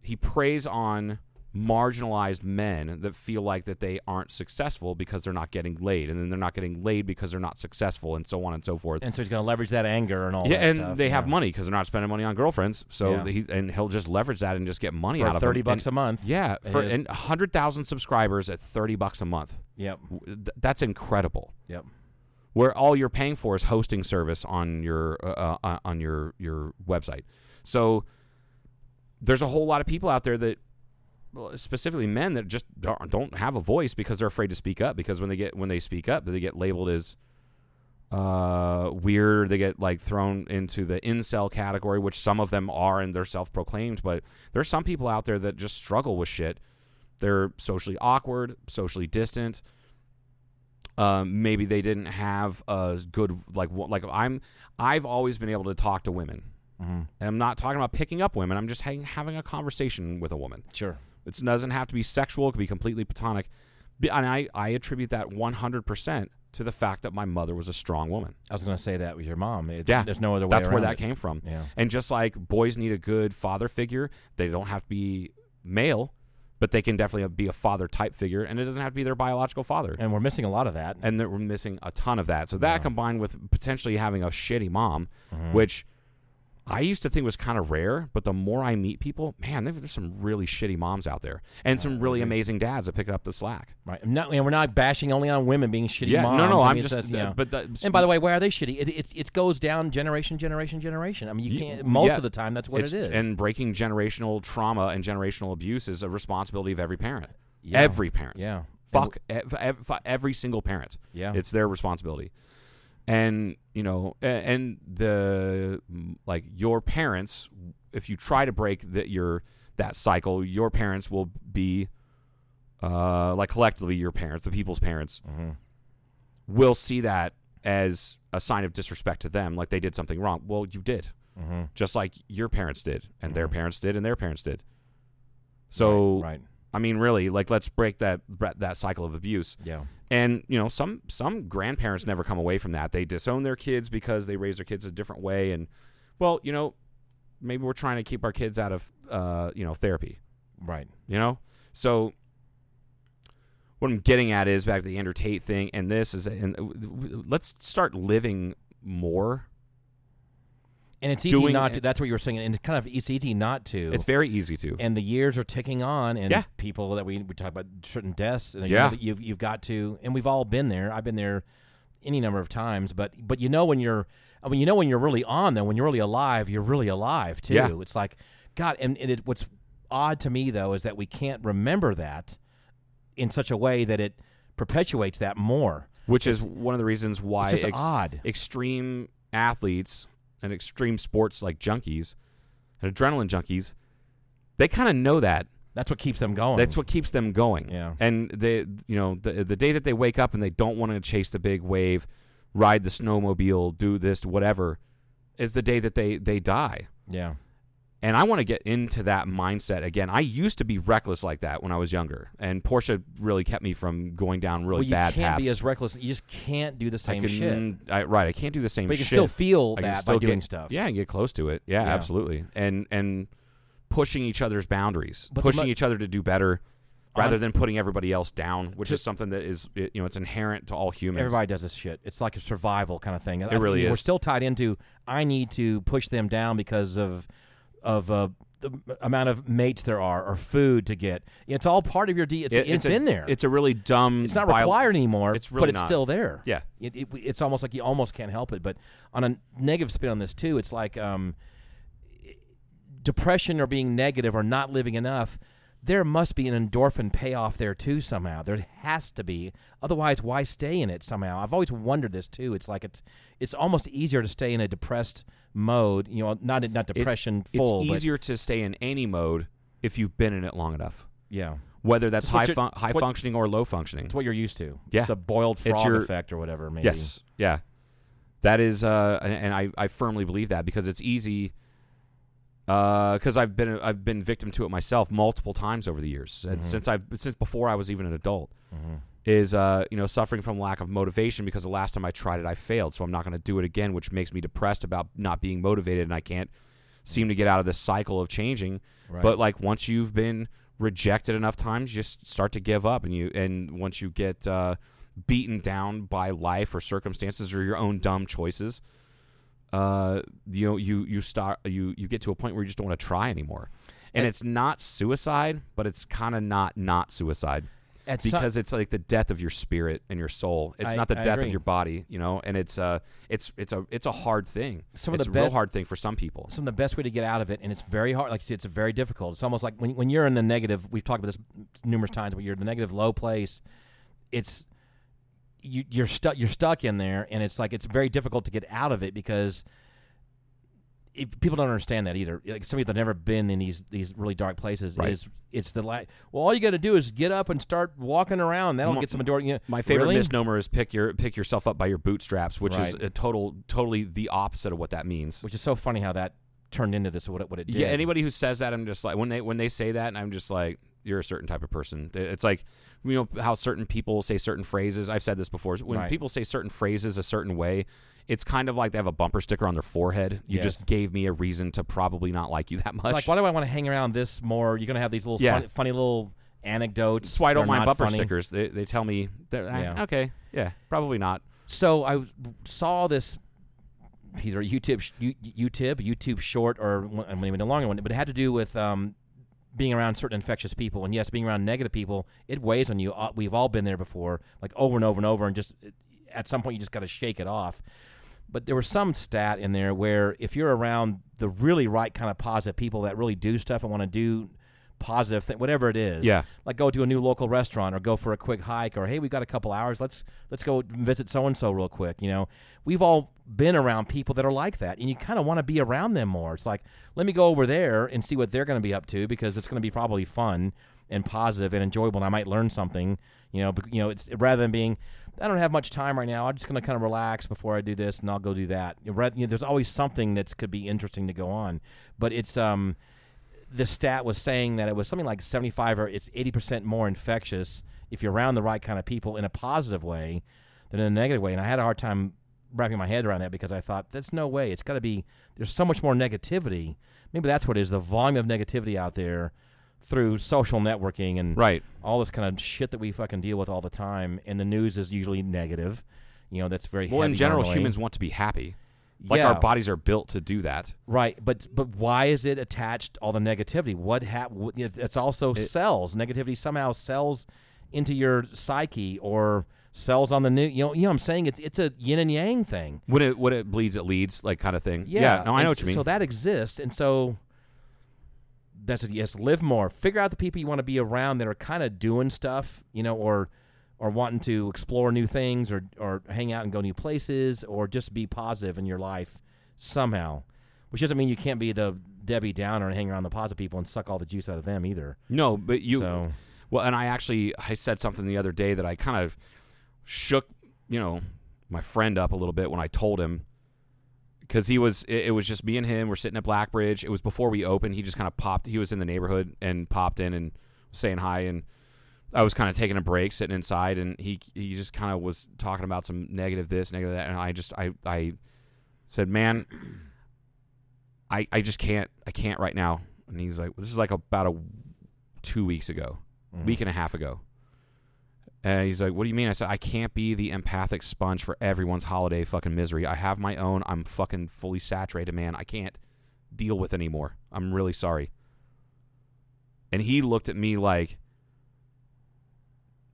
Speaker 4: he preys on marginalized men that feel like that they aren't successful because they're not getting laid, and then they're not getting laid because they're not successful, and so on and so forth.
Speaker 5: And so he's going to leverage that anger and all.
Speaker 4: yeah,
Speaker 5: that
Speaker 4: and
Speaker 5: stuff,
Speaker 4: they
Speaker 5: yeah.
Speaker 4: have money because they're not spending money on girlfriends. So
Speaker 5: Yeah.
Speaker 4: he and he'll just leverage that and just get money
Speaker 5: for
Speaker 4: out of
Speaker 5: thirty
Speaker 4: them.
Speaker 5: bucks
Speaker 4: And-
Speaker 5: a month.
Speaker 4: Yeah,
Speaker 5: It
Speaker 4: for
Speaker 5: is.
Speaker 4: and hundred thousand subscribers at thirty bucks a month.
Speaker 5: Yep.
Speaker 4: W- th- That's incredible
Speaker 5: Yep.
Speaker 4: where all you're paying for is hosting service on your uh, uh, on your your website. So there's a whole lot of people out there that well, specifically men that just don't, don't have a voice because they're afraid to speak up because when they get when they speak up they get labeled as uh, weird. They get like thrown into the incel category, which some of them are and they're self proclaimed. But there's some people out there that just struggle with shit. They're socially awkward, socially distant. Uh, maybe they didn't have a good like wo- like I'm. I've always been able to talk to women, and I'm not talking about picking up women. I'm just hang, having a conversation with a woman.
Speaker 5: Sure.
Speaker 4: It doesn't have to be sexual. It could be completely platonic. B- And I, I attribute that 100% to the fact that my mother was a strong woman.
Speaker 5: I was going to say that with your mom. It's,
Speaker 4: Yeah.
Speaker 5: There's no other way
Speaker 4: That's where
Speaker 5: around
Speaker 4: that
Speaker 5: it.
Speaker 4: came from.
Speaker 5: Yeah.
Speaker 4: And just like boys need a good father figure, they don't have to be male, but they can definitely be a father type figure. And it doesn't have to be their biological father.
Speaker 5: And we're missing a lot of that.
Speaker 4: And that we're missing a ton of that. So that combined with potentially having a shitty mom, which I used to think was kind of rare, but the more I meet people, man, there's there's some really shitty moms out there and some really amazing dads that pick up the slack.
Speaker 5: Right. Not, and we're not bashing only on women being shitty
Speaker 4: Yeah,
Speaker 5: moms.
Speaker 4: no, no,
Speaker 5: I
Speaker 4: I'm
Speaker 5: mean, it's
Speaker 4: just- uh,
Speaker 5: you know.
Speaker 4: but the-
Speaker 5: and by the way, why are they shitty? It, it, it goes down generation, generation, generation. I mean, you can't. Most
Speaker 4: yeah.
Speaker 5: of the time, that's what
Speaker 4: It's-
Speaker 5: it is.
Speaker 4: And breaking generational trauma and generational abuse is a responsibility of every parent.
Speaker 5: Yeah.
Speaker 4: Every parent.
Speaker 5: Yeah.
Speaker 4: Fuck ev- ev- fu- every single parent.
Speaker 5: Yeah.
Speaker 4: It's their responsibility. And, you know, a- and the, like, your parents, if you try to break that your, that cycle, your parents will be, uh, like, collectively, your parents, the people's parents, will see that as a sign of disrespect to them, like they did something wrong. Well, you did,
Speaker 5: Mm-hmm.
Speaker 4: just like your parents did, and their parents did, and their parents did. So,
Speaker 5: right.
Speaker 4: I mean, really, like let's break that bre- that cycle of abuse.
Speaker 5: Yeah.
Speaker 4: And you know, some some grandparents never come away from that. They disown their kids because they raise their kids a different way, and well, you know, maybe we're trying to keep our kids out of uh, you know therapy
Speaker 5: Right.
Speaker 4: you know so what i'm getting at is back to the andrew tate thing and this is and uh, w- w- let's start living more
Speaker 5: And it's easy
Speaker 4: Doing
Speaker 5: not
Speaker 4: it-
Speaker 5: to. That's what you were saying. And it's kind of it's easy not to.
Speaker 4: it's very easy to
Speaker 5: and the years are ticking on, and
Speaker 4: Yeah.
Speaker 5: people that we we talk about certain deaths. And
Speaker 4: Yeah.
Speaker 5: you have you've got to, and we've all been there. I've been there any number of times, but but you know when you're, I mean, you know when you're really on though, when you're really alive, you're really alive too.
Speaker 4: Yeah.
Speaker 5: It's like God, and, and it, what's odd to me though is that we can't remember that in such a way that it perpetuates that more.
Speaker 4: which is one of the reasons why
Speaker 5: it's just odd.
Speaker 4: extreme athletes and extreme sports like junkies and adrenaline junkies they kind of know that
Speaker 5: That's what keeps them going.
Speaker 4: That's what keeps them going.
Speaker 5: Yeah.
Speaker 4: And they, you know, the the day that they wake up and they don't want to chase the big wave, ride the snowmobile, do this, whatever, is the day that they they die.
Speaker 5: yeah.
Speaker 4: And I want to get into that mindset again. I used to be reckless like that when I was younger, and Porsche really kept me from going down really
Speaker 5: well, you
Speaker 4: bad
Speaker 5: can't
Speaker 4: paths.
Speaker 5: be as reckless. You just can't do the
Speaker 4: I
Speaker 5: same shit.
Speaker 4: can, I, right, I can't do the same
Speaker 5: But you can
Speaker 4: shit.
Speaker 5: still feel
Speaker 4: I can
Speaker 5: that
Speaker 4: still
Speaker 5: by doing
Speaker 4: get-
Speaker 5: stuff.
Speaker 4: Yeah, and get close to it. Yeah,
Speaker 5: Yeah.
Speaker 4: absolutely. And and pushing each other's boundaries,
Speaker 5: But the
Speaker 4: pushing
Speaker 5: mo-
Speaker 4: each other to do better, rather than putting everybody else down, which is something that is it- you know it's inherent to all humans.
Speaker 5: Everybody does this shit. It's like a survival kind of thing. It
Speaker 4: really
Speaker 5: We're
Speaker 4: is.
Speaker 5: still tied into. I need to push them down because of of uh, the m- amount of mates there are or food to get. It's all part of your D. It's,
Speaker 4: It-
Speaker 5: it's,
Speaker 4: a-
Speaker 5: in there.
Speaker 4: It's a really dumb.
Speaker 5: It's not
Speaker 4: bio-
Speaker 5: required anymore.
Speaker 4: It's really
Speaker 5: but it's
Speaker 4: not.
Speaker 5: still there.
Speaker 4: Yeah.
Speaker 5: It, it, it's almost like you almost can't help it. But on a negative spin on this too, it's like um, depression or being negative or not living enough. There must be an endorphin payoff there too somehow. There has to be. Otherwise, why stay in it somehow? I've always wondered this too. It's like it's it's almost easier to stay in a depressed mode. You know, not not
Speaker 4: It-
Speaker 5: depression full.
Speaker 4: It's
Speaker 5: but-
Speaker 4: easier to stay in any mode if you've been in it long enough,
Speaker 5: yeah.
Speaker 4: whether that's
Speaker 5: It's what
Speaker 4: high
Speaker 5: you're-
Speaker 4: fun- high
Speaker 5: it's what-
Speaker 4: functioning or low functioning.
Speaker 5: It's what you're used to.
Speaker 4: Yeah.
Speaker 5: It's the boiled
Speaker 4: It's
Speaker 5: frog
Speaker 4: your-
Speaker 5: effect or whatever. Maybe.
Speaker 4: Yes. Yeah. That is, uh, and, and I, I firmly believe that because it's easy. Because I've been I've been victim to it myself multiple times over the years,
Speaker 5: Mm-hmm.
Speaker 4: and since I since before I was even an adult, is uh, you know suffering from lack of motivation because the last time I tried it I failed, so I'm not going to do it again, which makes me depressed about not being motivated, and I can't seem to get out of this cycle of changing. But like once you've been rejected enough times, you just start to give up, and you and once you get uh, beaten down by life or circumstances or your own dumb choices, uh, you know you you start you you get to a point where you just don't want to try anymore. And it's not suicide, but it's kind of not not suicide
Speaker 5: At some-
Speaker 4: because it's like the death of your spirit and your soul. It's
Speaker 5: I-
Speaker 4: not the
Speaker 5: I
Speaker 4: death
Speaker 5: agree.
Speaker 4: of your body, you know. And it's uh, it's it's a it's a hard thing.
Speaker 5: Some of
Speaker 4: it's
Speaker 5: the
Speaker 4: a real
Speaker 5: best-
Speaker 4: hard thing for some people.
Speaker 5: some of the best way to get out of it, and it's very hard. Like you said, it's very difficult. It's almost like when, when you're in the negative. We've talked about this numerous times, but you're in the negative low place. It's you, you're stuck. You're stuck in there, and it's like it's very difficult to get out of it because it, people don't understand that either. Like somebody that's never been in these these really dark places
Speaker 4: Right.
Speaker 5: is it's the like. Well, all you got to do is get up and start walking around. That'll
Speaker 4: My-
Speaker 5: get some door. You know,
Speaker 4: My favorite
Speaker 5: really?
Speaker 4: misnomer is pick your pick yourself up by your bootstraps, which is
Speaker 5: Right.
Speaker 4: a total totally the opposite of what that means.
Speaker 5: which is so funny how that turned into this. What it, what it did.
Speaker 4: Yeah, anybody who says that, I'm just like when they when they say that, and I'm just like, you're a certain type of person. It's like you know how certain people say certain phrases. I've said this before. When
Speaker 5: Right.
Speaker 4: people say certain phrases a certain way, it's kind of like they have a bumper sticker on their forehead. You
Speaker 5: Yes.
Speaker 4: just gave me a reason to probably not like you that much.
Speaker 5: Like, why do I want to hang around this more? You're gonna have these little
Speaker 4: Yeah.
Speaker 5: funny, funny little anecdotes.
Speaker 4: That's why I don't
Speaker 5: They're
Speaker 4: mind
Speaker 5: not
Speaker 4: bumper
Speaker 5: funny.
Speaker 4: stickers. They, they tell me, that, ah,
Speaker 5: Yeah.
Speaker 4: okay, yeah, probably not.
Speaker 5: So I w- saw this either YouTube sh- you- YouTube YouTube short or one- I don't even know longer one, but it had to do with um, being around certain infectious people. And yes, being around negative people, it weighs on you. Uh, We've all been there before, like over and over and over, and just it- at some point you just got to shake it off. But there was some stat in there where if you're around the really right kind of positive people that really do stuff and want to do positive thing, whatever it is,
Speaker 4: Yeah.
Speaker 5: like go to a new local restaurant or go for a quick hike or hey we've got a couple hours let's let's go visit so and so real quick you know we've all been around people that are like that and you kind of want to be around them more it's like let me go over there and see what they're going to be up to because it's going to be probably fun and positive and enjoyable and I might learn something you know bec- you know it's rather than being I don't have much time right now I'm just going to kind of relax before I do this and I'll go do that you know, rather- you know, there's always something that's could be interesting to go on but it's um the stat was saying that it was something like 75 or it's 80% more infectious if you're around the right kind of people in a positive way than in a negative way. And I had a hard time wrapping my head around that because I thought, that's no way. It's got to be, there's so much more negativity. Maybe that's what it is the volume of negativity out there through social networking and
Speaker 4: Right.
Speaker 5: all this kind of shit that we fucking deal with all the time. And the news is usually negative. You know, that's very
Speaker 4: Well, in
Speaker 5: heavy
Speaker 4: general,
Speaker 5: normally.
Speaker 4: humans want to be happy. Like
Speaker 5: Yeah.
Speaker 4: our bodies are built to do that.
Speaker 5: Right, but but why is it attached all the negativity? What hap- what- It's also cells. Negativity somehow sells into your psyche or cells on the new. You know, you know what I'm saying? It's it's a yin and yang thing.
Speaker 4: When it when it bleeds, it leads, like kind of thing.
Speaker 5: Yeah.
Speaker 4: no, I
Speaker 5: and
Speaker 4: know
Speaker 5: s-
Speaker 4: what you mean.
Speaker 5: So that exists, and so that's it. Yes, live more. Figure out the people you want to be around that are kind of doing stuff, you know, or or wanting to explore new things, or or hang out and go new places, or just be positive in your life somehow. Which doesn't mean you can't be the Debbie Downer and hang around the positive people and suck all the juice out of them either.
Speaker 4: No, but you.
Speaker 5: So-
Speaker 4: Well, and I actually I said something the other day that I kind of shook, you know, my friend up a little bit when I told him because he was it, it was just me and him. We're sitting at Blackbridge. It was before we opened. He just kind of popped. He was in the neighborhood and popped in and was saying hi and. I was kind of taking a break, sitting inside, and he he just kind of was talking about some negative this, negative that, and I just I I said, man, I I just can't I can't right now. And he's like, this is like about a two weeks ago, week and a half ago. And he's like, "What do you mean?" I said, "I can't be the empathic sponge for everyone's holiday fucking misery. I have my own. I'm fucking fully saturated, man. I can't deal with anymore. I'm really sorry." And he looked at me like,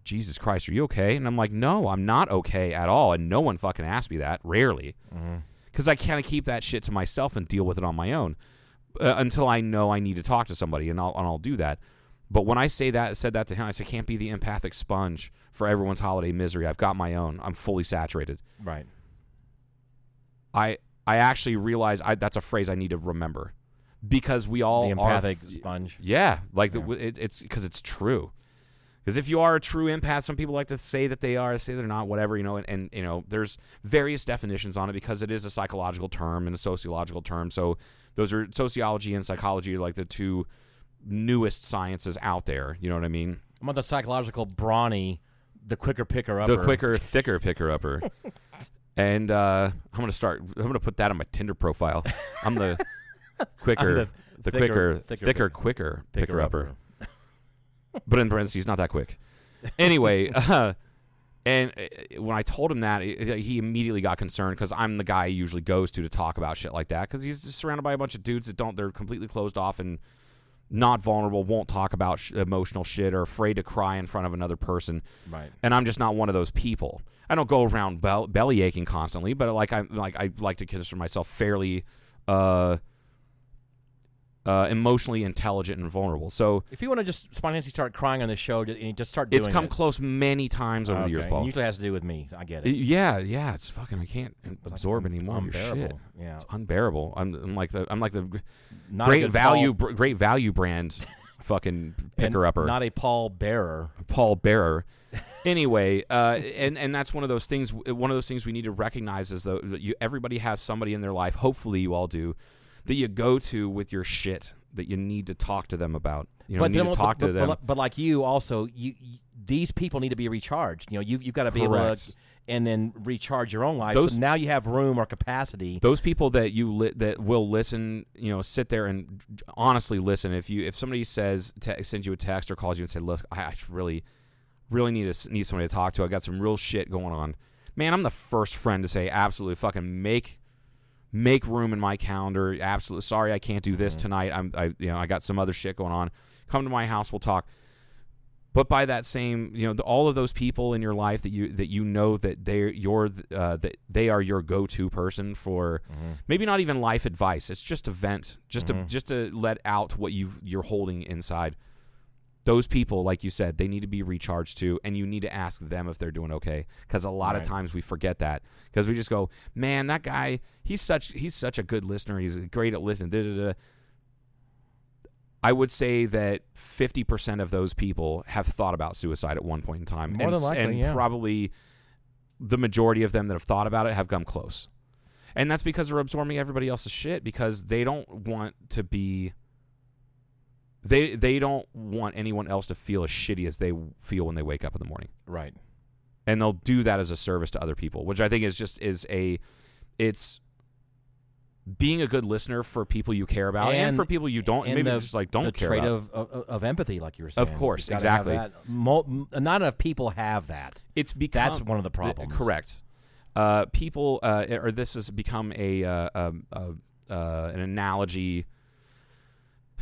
Speaker 4: "Jesus Christ, are you okay?" And I'm like, "No, I'm not okay at all." And no one fucking asked me that. Rarely, because I kind of keep that shit to myself and deal with it on my own uh, until I know I need to talk to somebody, and I'll and I'll do that. But when I say that, said that to him, I said, I can't be the empathic sponge for everyone's holiday misery. I've got my own. I'm fully saturated.
Speaker 5: Right.
Speaker 4: I I actually realize I, that's a phrase I need to remember because we all
Speaker 5: The empathic
Speaker 4: are,
Speaker 5: sponge.
Speaker 4: yeah, like the- it, it's because it's true. Because if you are a true empath, some people like to say that they are, say they're not, whatever you know, and, and you know, there's various definitions on it because it is a psychological term and a sociological term. So those are sociology and psychology are like the two newest sciences out there. You know what I mean?
Speaker 5: I'm on the psychological brawny, the quicker picker upper.
Speaker 4: The quicker, thicker picker upper. and uh, I'm gonna start. I'm gonna put that on my Tinder profile. I'm the quicker,
Speaker 5: I'm the
Speaker 4: the
Speaker 5: thicker-
Speaker 4: quicker,
Speaker 5: thicker
Speaker 4: thicker,
Speaker 5: pick-
Speaker 4: quicker
Speaker 5: picker
Speaker 4: picker, upper.
Speaker 5: upper.
Speaker 4: but in parentheses, not that quick. Anyway, uh, and uh, when I told him that, it- it- he immediately got concerned because I'm the guy he usually goes to to talk about shit like that because he's just surrounded by a bunch of dudes that don't. They're completely closed off and not vulnerable, won't talk about sh- emotional shit, or afraid to cry in front of another person.
Speaker 5: Right.
Speaker 4: And I'm just not one of those people. I don't go around bell- belly aching constantly, but like I like I like to consider myself fairly uh, uh, emotionally intelligent and vulnerable. So
Speaker 5: If you want to just spontaneously start crying on this show, ju- and just start doing
Speaker 4: it's come
Speaker 5: it.
Speaker 4: close many times over the years,
Speaker 5: Okay,
Speaker 4: Paul.
Speaker 5: it Usually has to do with me. I get
Speaker 4: It-
Speaker 5: it.
Speaker 4: yeah, yeah, it's fucking. I can't absorb
Speaker 5: un-
Speaker 4: anymore. your
Speaker 5: unbearable.
Speaker 4: shit.
Speaker 5: Yeah.
Speaker 4: it's unbearable. I'm, I'm like the I'm like the gr-
Speaker 5: Not a
Speaker 4: great
Speaker 5: good
Speaker 4: value
Speaker 5: Paul-
Speaker 4: br- great value brand fucking
Speaker 5: and
Speaker 4: picker upper.
Speaker 5: Not a Paul Bearer.
Speaker 4: Paul Bearer. anyway, uh, and and that's one of those things. One of those things we need to recognize is though that you everybody has somebody in their life. Hopefully, you all do that you go to with your shit that you need to talk to them about. You know, you need
Speaker 5: then-
Speaker 4: to talk
Speaker 5: but,
Speaker 4: to them.
Speaker 5: But, but like you, also, you, you these people need to be recharged. You know, you've, you've got to be able to
Speaker 4: Correct.
Speaker 5: and then recharge your own life.
Speaker 4: Those-
Speaker 5: so now you have room or capacity.
Speaker 4: those people that you li- that will listen, you know, sit there and honestly listen. If you if somebody says te- sends you a text or calls you and say, "Look, I, I just really, really need to s- need somebody to talk to. I got some real shit going on." Man, I'm the first friend to say, "Absolutely, fucking make make room in my calendar. Absolutely, sorry I can't do this tonight. I'm I you know I got some other shit going on. Come to my house, we'll talk." but by that same you know the, all of those people in your life that you that you know that they you're th- uh, that they are your go-to person for maybe not even life advice it's just to vent just to just to let out what you you're holding inside those people like you said they need to be recharged too and you need to ask them if they're doing okay because a lot of times we forget that because we just go man that guy he's such he's such a good listener he's great at listening da, da, da. I would say that 50% of those people have thought about suicide at one point in time.
Speaker 5: More
Speaker 4: and,
Speaker 5: than likely,
Speaker 4: and
Speaker 5: yeah.
Speaker 4: probably the majority of them that have thought about it have come close. And that's because they're absorbing everybody else's shit because they don't want to be they they don't want anyone else to feel as shitty as they feel when they wake up in the morning.
Speaker 5: right.
Speaker 4: And they'll do that as a service to other people, which I think is just is a it's being a good listener for people you care about and,
Speaker 5: And-
Speaker 4: for people you don't and maybe
Speaker 5: the-
Speaker 4: just like don't
Speaker 5: the
Speaker 4: care
Speaker 5: trait
Speaker 4: about.
Speaker 5: of, of of empathy, like you were saying.
Speaker 4: course,
Speaker 5: You've gotta have
Speaker 4: exactly.
Speaker 5: that. Mo- m- not enough people have that.
Speaker 4: It's become
Speaker 5: That's one of the problems.
Speaker 4: correct. Uh, people, uh, or this has become a uh, um, uh, uh, an analogy.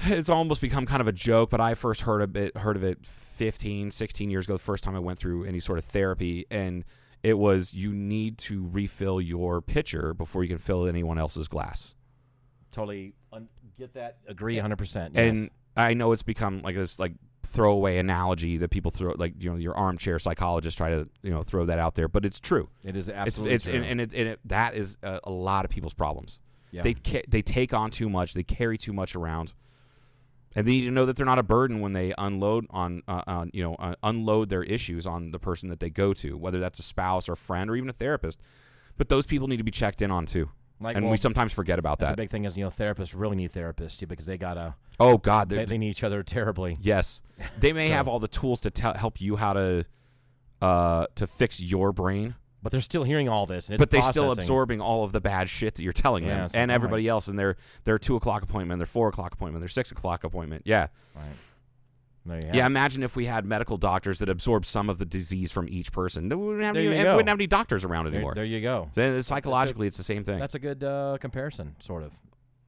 Speaker 4: It's almost become kind of a joke, but I first heard of it heard of it 15, 16 years ago. The first time I went through any sort of therapy, and it was you need to refill your pitcher before you can fill anyone else's glass.
Speaker 5: Totally un- get that. Agree, hundred percent.
Speaker 4: And I know it's become like this like throwaway analogy that people throw like you know your armchair psychologists try to you know throw that out there, but it's true.
Speaker 5: it is
Speaker 4: It's,
Speaker 5: absolutely
Speaker 4: it's
Speaker 5: true.
Speaker 4: and, and, it, and it, that is a, a lot of people's problems.
Speaker 5: Yeah.
Speaker 4: They ca- they take on too much. They carry too much around, and they need to know that they're not a burden when they unload on uh, on you know uh, unload their issues on the person that they go to, whether that's a spouse or friend or even a therapist. But those people need to be checked in on too,
Speaker 5: Like,
Speaker 4: and
Speaker 5: well,
Speaker 4: we sometimes forget about
Speaker 5: that's
Speaker 4: that.
Speaker 5: the big thing is you know therapists really need therapists too, because they gotta
Speaker 4: oh God,
Speaker 5: they,
Speaker 4: they're-
Speaker 5: they need each other terribly.
Speaker 4: Yes, they may have all the tools to tell, help you how to uh, to fix your brain,
Speaker 5: But they're still hearing all this, and it's
Speaker 4: but they still
Speaker 5: processing.
Speaker 4: absorbing all of the bad shit that you're telling
Speaker 5: Yeah,
Speaker 4: them
Speaker 5: it's
Speaker 4: and
Speaker 5: like,
Speaker 4: everybody else in their their two o'clock appointment, their four o'clock appointment, their six o'clock appointment. Yeah.
Speaker 5: There you
Speaker 4: yeah, Imagine if we had medical doctors that absorbed some of the disease from each person. Then We wouldn't have,
Speaker 5: There
Speaker 4: any,
Speaker 5: you
Speaker 4: we
Speaker 5: go.
Speaker 4: wouldn't have any doctors around anymore.
Speaker 5: There, there you go.
Speaker 4: then psychologically, it's the same thing.
Speaker 5: That's a good uh, comparison, sort of.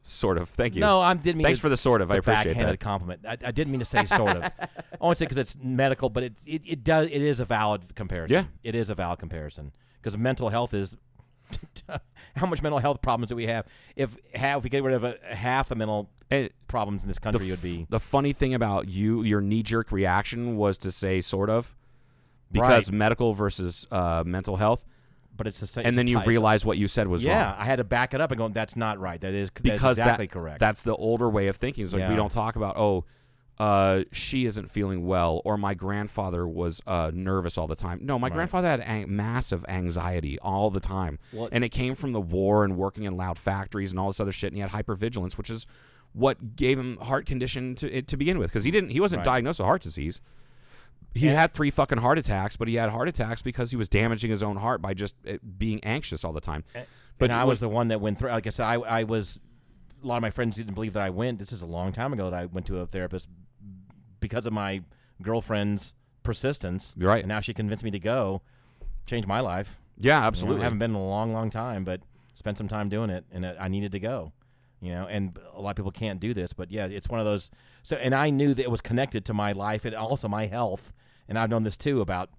Speaker 4: Sort of. Thank you.
Speaker 5: No, I didn't mean.
Speaker 4: Thanks
Speaker 5: to-
Speaker 4: for the sort of.
Speaker 5: it's
Speaker 4: I
Speaker 5: a
Speaker 4: appreciate
Speaker 5: backhanded
Speaker 4: that.
Speaker 5: compliment. I, I didn't mean to say sort of. I want to say because it's medical, but it, it it does it is a valid comparison.
Speaker 4: Yeah.
Speaker 5: it is a valid comparison because mental health is how much mental health problems do we have? If half if we get rid of a, half the mental
Speaker 4: And-
Speaker 5: problems in this
Speaker 4: the,
Speaker 5: country,
Speaker 4: f-
Speaker 5: would be
Speaker 4: the funny thing about you your knee-jerk reaction was to say sort of because medical versus uh, mental health
Speaker 5: but it's the same.
Speaker 4: and then you realize what you said was
Speaker 5: yeah,
Speaker 4: wrong
Speaker 5: I had to back it up and go, that's not right. That is that's
Speaker 4: because
Speaker 5: exactly
Speaker 4: that,
Speaker 5: correct.
Speaker 4: that's the older way of thinking it's like
Speaker 5: Yeah.
Speaker 4: we don't talk about oh uh, she isn't feeling well or my grandfather was uh, nervous all the time no my grandfather had an- massive anxiety all the time and it came from the war and working in loud factories and all this other shit and he had hypervigilance which is what gave him heart condition to it to begin with because he didn't he wasn't diagnosed with heart disease he had three fucking heart attacks, but he had heart attacks because he was damaging his own heart by just uh, being anxious all the time.
Speaker 5: Eh, but I
Speaker 4: when-
Speaker 5: was the one that went through. Like I said, I, I was. A lot of my friends didn't believe that I went. This is a long time ago that I went to a therapist because of my girlfriend's persistence.
Speaker 4: You're right.
Speaker 5: And now she convinced me to go. Changed my life.
Speaker 4: yeah,
Speaker 5: You know,
Speaker 4: absolutely.
Speaker 5: I haven't been in a long, long time, but spent some time doing it, and it, I needed to go. You know, and a lot of people can't do this, but yeah, it's one of those. So, and I knew that it was connected to my life and also my health, and I've known this too about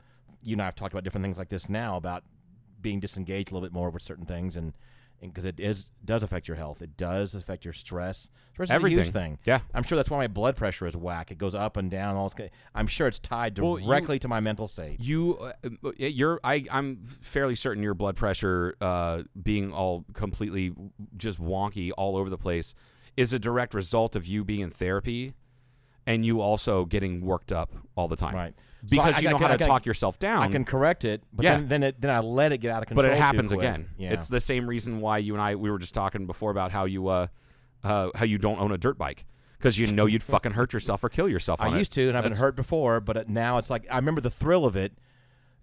Speaker 5: you and I have talked about different things like this now about being disengaged a little bit more with certain things and and because it is does affect your health. It does affect your stress. Stress is a
Speaker 4: Everything.
Speaker 5: huge thing.
Speaker 4: Yeah.
Speaker 5: I'm sure that's why my blood pressure is whack. It goes up and down. All this, ki- I'm sure it's tied
Speaker 4: Well, you-
Speaker 5: directly to my mental state.
Speaker 4: You, uh, you're. I, I'm fairly certain your blood pressure uh, being all completely just wonky all over the place is a direct result of you being in therapy, and you also getting worked up all the time,
Speaker 5: Right. So
Speaker 4: Because
Speaker 5: I-
Speaker 4: you
Speaker 5: I
Speaker 4: know
Speaker 5: can-
Speaker 4: how
Speaker 5: I
Speaker 4: to
Speaker 5: can-
Speaker 4: talk yourself down.
Speaker 5: I can correct it,
Speaker 4: Um,
Speaker 5: but
Speaker 4: Yeah.
Speaker 5: then, then it then I let it get out of control.
Speaker 4: but it
Speaker 5: too
Speaker 4: happens
Speaker 5: quick.
Speaker 4: again.
Speaker 5: Yeah.
Speaker 4: It's the same reason why you and I we were just talking before about how you uh, uh how you don't own a dirt bike because you know you'd fucking hurt yourself or kill yourself.
Speaker 5: I
Speaker 4: on it.
Speaker 5: used to, and I've been
Speaker 4: That's-
Speaker 5: hurt before, but it- now it's like I remember the thrill of it.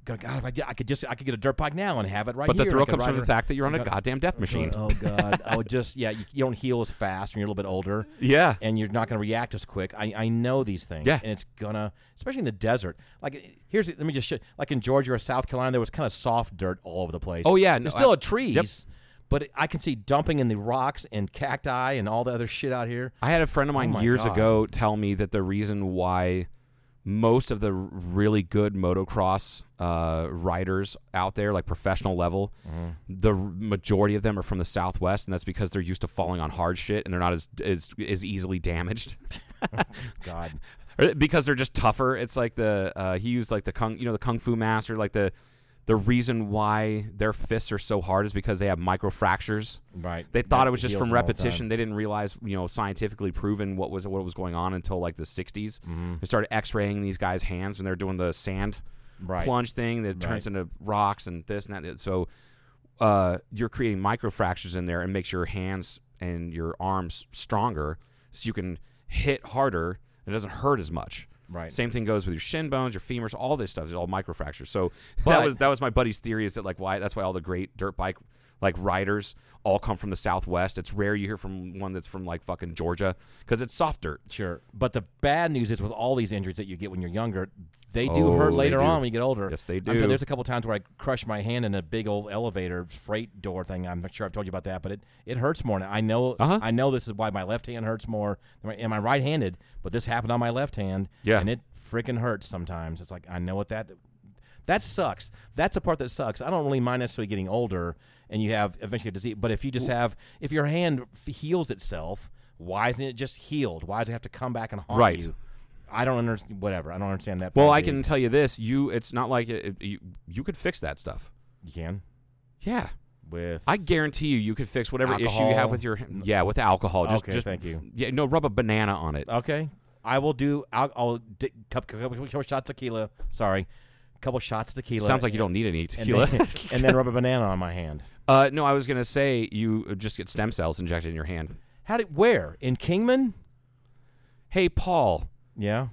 Speaker 5: God, God, if I, get, I could just I could get a dirt bike now and have it right.
Speaker 4: But the
Speaker 5: here. I
Speaker 4: thrill
Speaker 5: could
Speaker 4: comes
Speaker 5: ride
Speaker 4: from the
Speaker 5: it-
Speaker 4: fact that you're on a goddamn death machine.
Speaker 5: Oh God, I would just yeah. You, you don't heal as fast when you're a little bit older.
Speaker 4: Yeah.
Speaker 5: and you're not going to react as quick. I, I know these things.
Speaker 4: Yeah.
Speaker 5: and it's gonna especially in the desert. Like here's let me just sh- like in Georgia or South Carolina, there was kind of soft dirt all over the place.
Speaker 4: Oh, yeah,
Speaker 5: there's
Speaker 4: no,
Speaker 5: still
Speaker 4: I-
Speaker 5: a trees.
Speaker 4: Yep.
Speaker 5: But I can see dumping in the rocks and cacti and all the other shit out here.
Speaker 4: I had a friend of mine
Speaker 5: Oh my
Speaker 4: years
Speaker 5: God.
Speaker 4: ago tell me that the reason why most of the r- really good motocross uh, riders out there, like professional level,
Speaker 5: Mm-hmm.
Speaker 4: the r- majority of them are from the Southwest, and that's because they're used to falling on hard shit and they're not as as, as easily damaged.
Speaker 5: God,
Speaker 4: Or because they're just tougher. It's like the uh, he used like the kung, you know, the kung fu master. Like the the reason why their fists are so hard is because they have micro fractures.
Speaker 5: Right.
Speaker 4: They thought
Speaker 5: That
Speaker 4: it was just
Speaker 5: heals
Speaker 4: from
Speaker 5: them all the
Speaker 4: repetition.
Speaker 5: time.
Speaker 4: They didn't realize, you know, scientifically proven what was what was going on until like the 60s.
Speaker 5: Mm-hmm.
Speaker 4: They started X-raying these guys' hands when they're doing the sand
Speaker 5: Right.
Speaker 4: plunge thing that turns
Speaker 5: Right.
Speaker 4: into rocks and this and that. So uh, you're creating micro fractures in there and makes your hands and your arms stronger so you can hit harder and it doesn't hurt as much.
Speaker 5: Right.
Speaker 4: Same thing goes with your shin bones, your femurs, all this stuff. It's all microfractures. So that
Speaker 5: But-
Speaker 4: was that was my buddy's theory is that like why that's why all the great dirt bike like riders all come from the southwest. It's rare you hear from one that's from like fucking Georgia because it's soft dirt.
Speaker 5: Sure. But the bad news is with all these injuries that you get when you're younger, they do
Speaker 4: Oh,
Speaker 5: hurt
Speaker 4: they
Speaker 5: later
Speaker 4: do.
Speaker 5: on when you get older.
Speaker 4: Yes, they
Speaker 5: I'm telling-
Speaker 4: do.
Speaker 5: there's a couple times where I crushed my hand in a big old elevator freight door thing. I'm not sure I've told you about that, but it, it hurts more. Now. I know
Speaker 4: Uh-huh.
Speaker 5: I know this is why my left hand hurts more. than my- And my right handed, but this happened on my left hand.
Speaker 4: Yeah.
Speaker 5: And it freaking hurts sometimes. It's like I know what that that sucks. That's the part that sucks. I don't really mind necessarily getting older and you have eventually a disease, but if you just have if your hand f- heals itself, why isn't it just healed? Why does it have to come back and haunt
Speaker 4: Right.
Speaker 5: you? I don't understand. Whatever. I don't understand that.
Speaker 4: Well,
Speaker 5: part
Speaker 4: I
Speaker 5: of the-
Speaker 4: can tell you this: you it's not like it, it- you, you could fix that stuff.
Speaker 5: You can
Speaker 4: Yeah.
Speaker 5: with.
Speaker 4: I guarantee you, you could fix whatever issue you have
Speaker 5: Alcohol?
Speaker 4: with your yeah with alcohol. Just,
Speaker 5: Okay,
Speaker 4: just
Speaker 5: thank you. Uh,
Speaker 4: Yeah, no, rub a banana on it.
Speaker 5: okay. I will do. I'll, I'll di- cup, cup, cup, cup, shots tequila. Sorry, couple shots tequila.
Speaker 4: Sounds like you don't need any
Speaker 5: and
Speaker 4: tequila.
Speaker 5: then, and then rub a banana on my hand.
Speaker 4: uh, no, I was gonna say you just get stem cells injected in your hand.
Speaker 5: How did? Where in Kingman?
Speaker 4: Hey, Paul,
Speaker 5: Yeah.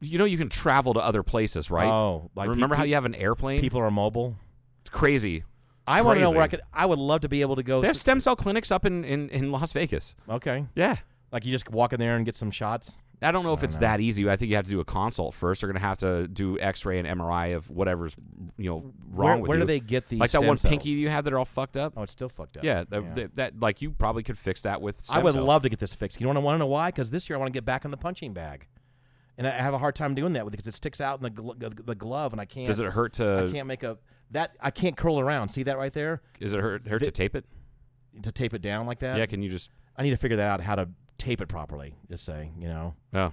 Speaker 4: you know you can travel to other places, right?
Speaker 5: Oh, like
Speaker 4: remember
Speaker 5: pe-
Speaker 4: how you have an airplane?
Speaker 5: People are mobile.
Speaker 4: it's crazy.
Speaker 5: I want to know where I
Speaker 4: Crazy.
Speaker 5: could. I would love to be able to go.
Speaker 4: They have
Speaker 5: s-
Speaker 4: stem cell clinics up in, in, in Las Vegas.
Speaker 5: okay.
Speaker 4: Yeah.
Speaker 5: Like you just walk in there and get some shots.
Speaker 4: I don't know if it's that easy. I think you have to do a consult first. They're going to have to do X-ray and MRI of whatever's you know wrong
Speaker 5: Where-
Speaker 4: with
Speaker 5: where do
Speaker 4: you.
Speaker 5: they get these
Speaker 4: Like that
Speaker 5: stem
Speaker 4: one
Speaker 5: cells?
Speaker 4: pinky you have that are all fucked up.
Speaker 5: Oh, it's still fucked up.
Speaker 4: yeah, that, That, that- like you probably could fix that with. Stem
Speaker 5: I would
Speaker 4: cells.
Speaker 5: love to get this fixed. You don't want to know why? Because this year I want to get back in the punching bag, and I have a hard time doing that because it sticks out in the gl- the glove, and I can't.
Speaker 4: Does it hurt
Speaker 5: I
Speaker 4: to?
Speaker 5: can't make a that. I can't curl around. See that right there?
Speaker 4: Is it hurt, hurt to tape it?
Speaker 5: To tape it down like that.
Speaker 4: Yeah. Can you just?
Speaker 5: I need to figure that out how to tape it properly. Just saying, you know.
Speaker 4: No.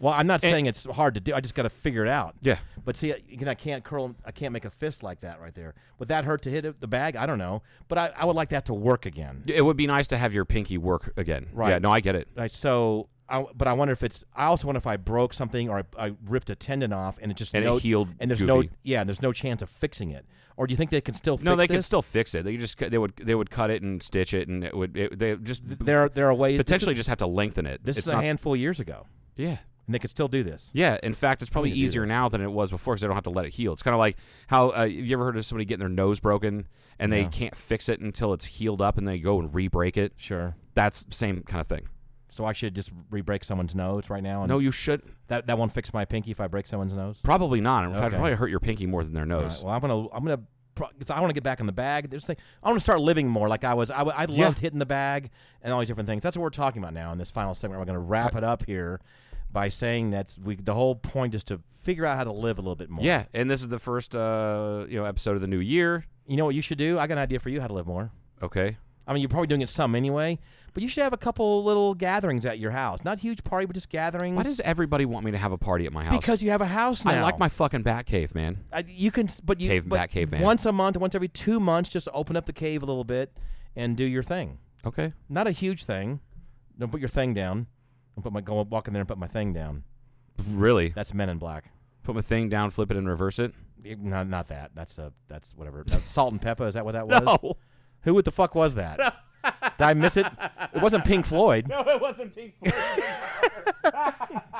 Speaker 5: Well, I'm not saying it's hard to do. I just got to figure it out.
Speaker 4: Yeah.
Speaker 5: But see, again, I can't curl. I can't make a fist like that right there. Would that hurt to hit it- the bag? I don't know. But I, I would like that to work again.
Speaker 4: It would be nice to have your pinky work again.
Speaker 5: Right. Uh,
Speaker 4: Yeah. No, I get it.
Speaker 5: Right. So, I, but I wonder if it's. I also wonder if I broke something or I, I ripped a tendon off and it just
Speaker 4: And it
Speaker 5: no,
Speaker 4: healed
Speaker 5: And there's no
Speaker 4: goofy.
Speaker 5: yeah. And there's no chance of fixing it. Or do you think they can still?
Speaker 4: No,
Speaker 5: fix
Speaker 4: they could
Speaker 5: this?
Speaker 4: still fix it. They just cut- they would they would cut it and stitch it, and it would it, they just
Speaker 5: There are there are ways.
Speaker 4: potentially
Speaker 5: This is,
Speaker 4: just have to lengthen it.
Speaker 5: this
Speaker 4: it's
Speaker 5: is a
Speaker 4: not,
Speaker 5: handful of years ago,
Speaker 4: Yeah.
Speaker 5: and they could still do this.
Speaker 4: Yeah, in fact, it's probably
Speaker 5: need to do
Speaker 4: easier
Speaker 5: this.
Speaker 4: now than it was before because I don't have to let it heal. It's kind of like how uh, you ever heard of somebody getting their nose broken and they can't fix it until it's healed up, and they go and re-break it.
Speaker 5: Sure.
Speaker 4: That's the same kind of thing.
Speaker 5: So I should just re-break someone's nose right now. And
Speaker 4: No, you should
Speaker 5: that that won't fix my pinky if I break someone's nose.
Speaker 4: probably not. In fact, it'd
Speaker 5: Okay.
Speaker 4: probably hurt your pinky more than their
Speaker 5: All
Speaker 4: nose.
Speaker 5: right, well, I'm gonna, I'm gonna, pro- 'cause I want to get back in the bag. There's like, I want to start living more like I was. I, w- I loved
Speaker 4: Yeah.
Speaker 5: hitting the bag and all these different things. That's what we're talking about now in this final segment. We're gonna wrap it up here by saying that's we. The whole point is to figure out how to live a little bit more.
Speaker 4: yeah, and this is the first uh, you know episode of the new year.
Speaker 5: You know what you should do? I got an idea for you how to live more.
Speaker 4: Okay,
Speaker 5: I I mean, you're probably doing it some anyway, but you should have a couple little gatherings at your house. Not huge party, but just gatherings.
Speaker 4: Why does everybody want me to have a party at my house?
Speaker 5: because you have a house now.
Speaker 4: I like my fucking bat cave, man.
Speaker 5: I, you can, s- but you
Speaker 4: Cave-
Speaker 5: but
Speaker 4: back caveman.
Speaker 5: once a month, once every two months, just open up the cave a little bit and do your thing.
Speaker 4: Okay.
Speaker 5: Not a huge thing. Don't put your thing down. Don't put my go walk in there and put my thing down.
Speaker 4: Really?
Speaker 5: That's Men in Black.
Speaker 4: Put my thing down, flip it, and reverse it?
Speaker 5: Eh, No, not that. That's a that's whatever. That's salt and pepper. Is that what that was? Who the fuck was that? Did I miss it? It wasn't Pink Floyd. No, it wasn't Pink Floyd.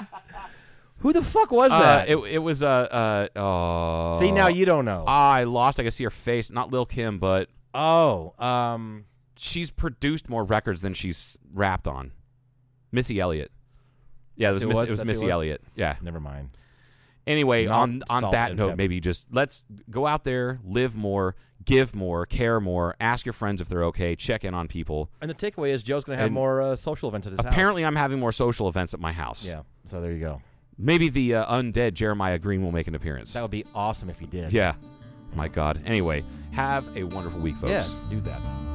Speaker 5: Who the fuck was
Speaker 4: Uh,
Speaker 5: that?
Speaker 4: it, it was Uh, uh, oh.
Speaker 5: See, now you don't know.
Speaker 4: I lost. I can see her face. Not Lil Kim, but
Speaker 5: oh, um,
Speaker 4: she's produced more records than she's rapped on. Missy Elliott. Yeah, it was,
Speaker 5: That's who it
Speaker 4: Miss,
Speaker 5: was?
Speaker 4: it was
Speaker 5: That's who it
Speaker 4: Missy
Speaker 5: was?
Speaker 4: Elliott. Yeah.
Speaker 5: never mind.
Speaker 4: Anyway,
Speaker 5: Not
Speaker 4: on on
Speaker 5: salt
Speaker 4: that
Speaker 5: and
Speaker 4: note,
Speaker 5: pepper.
Speaker 4: maybe just let's go out there, live more, give more, care more, ask your friends if they're okay, check in on people.
Speaker 5: And the takeaway is Joe's going to have
Speaker 4: And-
Speaker 5: more uh, social events at his
Speaker 4: Apparently, I'm having more social events at my house.
Speaker 5: house. Yeah. So there you go.
Speaker 4: Maybe the uh, undead Jeremiah Green will make an appearance.
Speaker 5: That would be awesome if he did.
Speaker 4: yeah. My God. Anyway, have a wonderful week, folks.
Speaker 5: Yes. Do that.